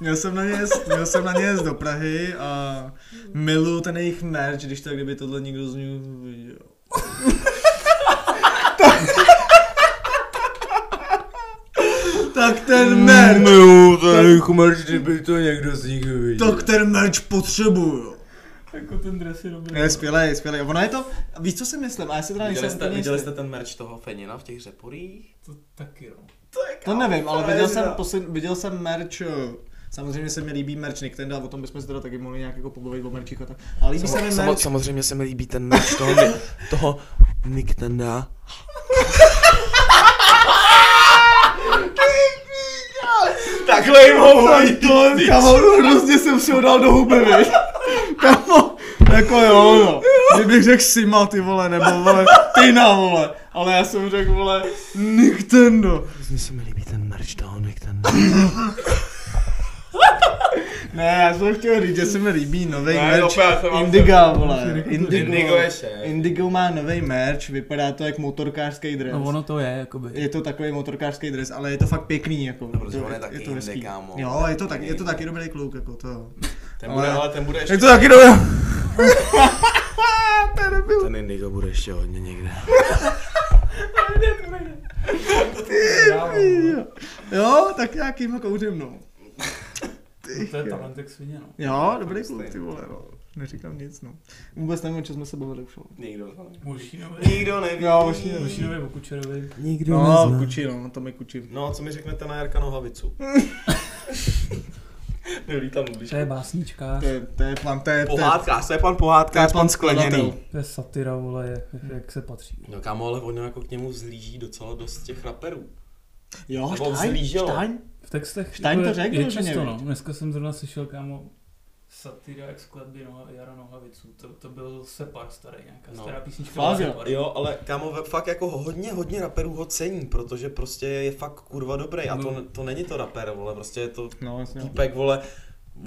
S2: Měl jsem na ně jet, měl jsem na ně jet do Prahy a miluju ten jejich merch, když tak kdyby tohle někdo z ní viděl. tak ten merch,
S6: Miluju ten chmerč, kdyby to někdo z nich viděl.
S2: tak ten merch potřebuju.
S4: Jako ten dres je dobrý.
S2: Je skvělý, skvělý. Ono je to, víš co si myslím, a já si teda
S1: Viděli
S2: nejsem
S1: jste,
S2: úplně
S1: viděli
S2: jistý.
S1: jste ten merch toho Fenina v těch řeporích?
S3: To taky no.
S2: To nevím, ale viděl jsem,
S1: Frajeřina.
S2: posled, viděl jsem merch, eh, samozřejmě se mi líbí merch Nick Tenda, o tom bychom se teda taky mohli nějak jako pobavit o merchích a tak. Ale líbí se mi merch,
S1: samozřejmě se mi líbí ten merch toho, toho Nick Tenda. Takhle jim ho hodí.
S2: Kamo, hrozně jsem si ho dal do huby, víš. Kamo, jako jo, jo. Kdybych řekl Sima, ty vole, nebo vole, Tina, vole. Ale já jsem řekl, vole, Nintendo.
S1: Mně se mi líbí ten merch toho Nick
S7: <coughs>
S1: Tenda.
S2: Ne, já jsem chtěl říct, že se mi líbí nový
S1: Ne,
S2: merch.
S1: opět jsem vám
S2: Indiga, vole.
S1: Indigo
S2: Indigo,
S1: je šéf.
S2: Indigo má nový merch, vypadá to jak motorkářský dres.
S4: No ono to je, jakoby.
S2: Je to takový motorkářský dres, ale je to fakt pěkný, jako.
S1: No, protože
S2: To-
S1: on je taky indie,
S2: hezký.
S1: kámo.
S2: Jo, je to, tak, je to taky dobrý kluk, jako to.
S1: <laughs> Ten bude, ale ten bude ještě,
S2: Je to taky dobrý.
S1: ten Indigo bude ještě hodně někde.
S2: Jo, tak nějakým ho kouřím, no.
S3: No To je talent jak svině no.
S2: Jo, dobrý
S1: Prostě
S2: kluk, ty vole, no. Neříkám nic, no. Vůbec nevím, o čem jsme se bavili už. no.
S1: Nikdo to
S4: <laughs>
S1: neví.
S3: Mulšínovi.
S1: Nikdo neví.
S2: Jo, vlastně neví.
S3: Mulšínovi o Kučerovi.
S6: Nikdo
S2: No, kuči, no, to mi kuči.
S1: No, co mi řeknete na Jarka Nohavicu? Nelí tam blíž.
S4: To je básnička,
S2: To je, to je plán, to je, to je,
S1: Pohádka, to je pan pohádka, je pan skleněný.
S4: to je satira, vole, jak-
S2: Hmm.
S4: jak se patří.
S1: No kámo, ale ono jako k němu zlíží docela dost těch raperů.
S2: Jo,
S1: Nebo
S2: štaň,
S1: vzlíželo.
S2: štaň.
S4: V textech
S2: Štaň to
S4: jako je-
S2: řekl,
S4: je
S2: že
S4: čisto,
S2: neví?
S4: no. Dneska jsem zrovna slyšel, kámo,
S3: Satira jak skladby no, Jara Nohaviců. To, to byl Separ starý, nějaká
S1: No.
S3: stará písnička.
S2: Fakt, jo.
S3: Separ.
S1: Jo, ale kámo, ve- fakt jako hodně, hodně raperů ho cení, protože prostě je fakt kurva dobrý a to,
S3: No.
S1: to není to raper, vole, prostě je to
S2: No, jasně.
S1: týpek, vole,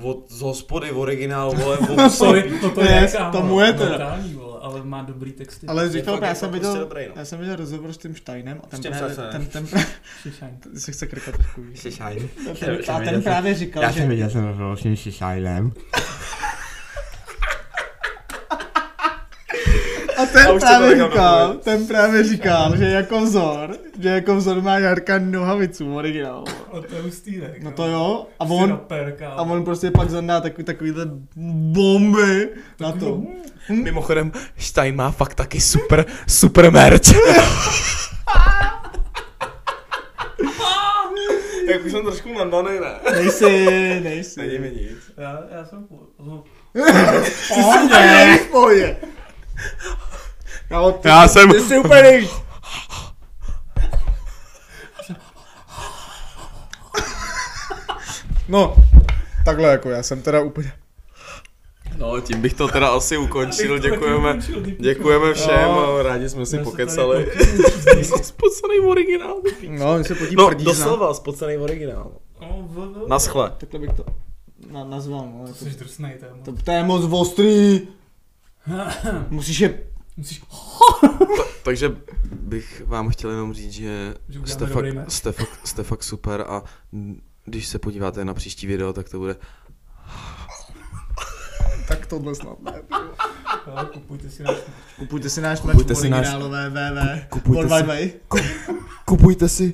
S1: od, z hospody, originál, vole, od
S4: to <laughs> je, to, to je,
S2: Yes,
S4: kámo,
S2: tomu je teda.
S4: brutální, vole, ale má dobrý texty.
S2: Ale
S1: Je
S2: říkal,
S1: fakt-
S2: já
S1: je
S2: jsem
S1: fakt prostě
S2: viděl,
S1: dobrý, no.
S2: já jsem viděl rozhovor s tím Štajnem a ten
S1: S tím
S2: právě,
S1: Štajnem.
S2: ten, ten, právě, <laughs>
S4: Šišaň.
S2: se chce krkat trošku, víš.
S6: Šišajn.
S2: A ten- a ten právě říkal, že,
S6: viděl, jsem rozhodl s tím šišajnem.
S2: A ten
S1: A už to
S2: právě
S1: bylo
S2: říkal,
S1: někam
S2: ten právě říkal, že jako vzor, že jako vzor má Jarka Nohavicu originál.
S3: Ale to je hustý, ne?
S2: No
S3: kámo?
S2: to jo, a
S3: Prostě
S2: on,
S3: Rapper, kámo.
S2: a on prostě pak zandá takový, takovýhle bomby na to.
S7: Mimochodem, Stein má fakt taky super, super merch.
S1: Jak už jsem trošku mandaný, ne?
S2: Nejsi,
S1: Není mi
S2: nejsi.
S1: nic.
S3: Já, já jsem půl. no,
S2: O ne, moje. No, ty,
S6: Já jsem...
S2: ty jsi úplně nejvíc. No, takhle jako, já jsem teda úplně...
S1: No, tím bych to teda asi ukončil,
S3: Abych to taky
S1: děkujeme.
S3: ukončil, ty pičo.
S1: Děkujeme všem,
S2: Jo.
S1: a rádi jsme si
S3: Já se tady
S1: pokecali.
S3: potím. <laughs>
S1: Spocený originál.
S2: No, my se podí
S1: No,
S2: prdízna.
S1: doslova, spocený originál.
S3: No, v- v-
S1: Naschle.
S2: Takhle bych to na, nazval, no.
S3: To
S2: Jako,
S3: jsi drsnej, to je moc.
S2: to, to je moc ostrý. Musíš je...
S3: <laughs> Musíš...
S1: Takže bych vám chtěl jenom říct, že
S3: Že uděláme
S1: jste
S3: dobrý
S1: fakt,
S3: merch.
S1: jste, fakt, jste fakt super a n- když se podíváte na příští video, tak to bude
S2: Tak tohle snad ne.
S3: Jo, kupujte si vlastně náš
S2: Kupujte si náš
S7: Kupujte
S2: merch
S7: si náš-
S2: originálové VV.
S7: kupujte
S2: Worldwide
S7: si-
S2: Way.
S7: <coughs> Kupujte si.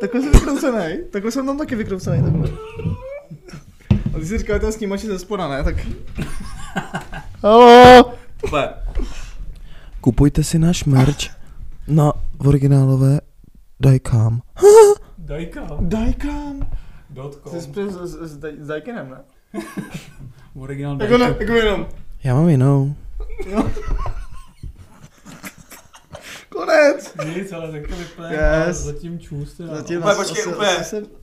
S2: Takhle jsem vykroucenej. Takhle jsem tam taky vykroucenej. Takhle. A ty si říkal, ten snímač je ze spoda, ne? Tak... Haló.
S7: Kupujte si náš merch na originálové dajkám.
S3: Dajka.com
S2: Dajkám. Ty jsi přes s, s, Daj- s Dajkinem, ne?
S4: Originál
S2: Jako ne,
S4: Dajko.
S2: jako jenom.
S7: Já mám jinou.
S2: Konec.
S3: Nic, ale tak to vypadá.
S2: Yes.
S3: Zatím čůste.
S2: Zatím
S1: Úplně,
S2: asi-
S1: počkej,
S2: asi-
S1: úplně.
S2: asi jsem-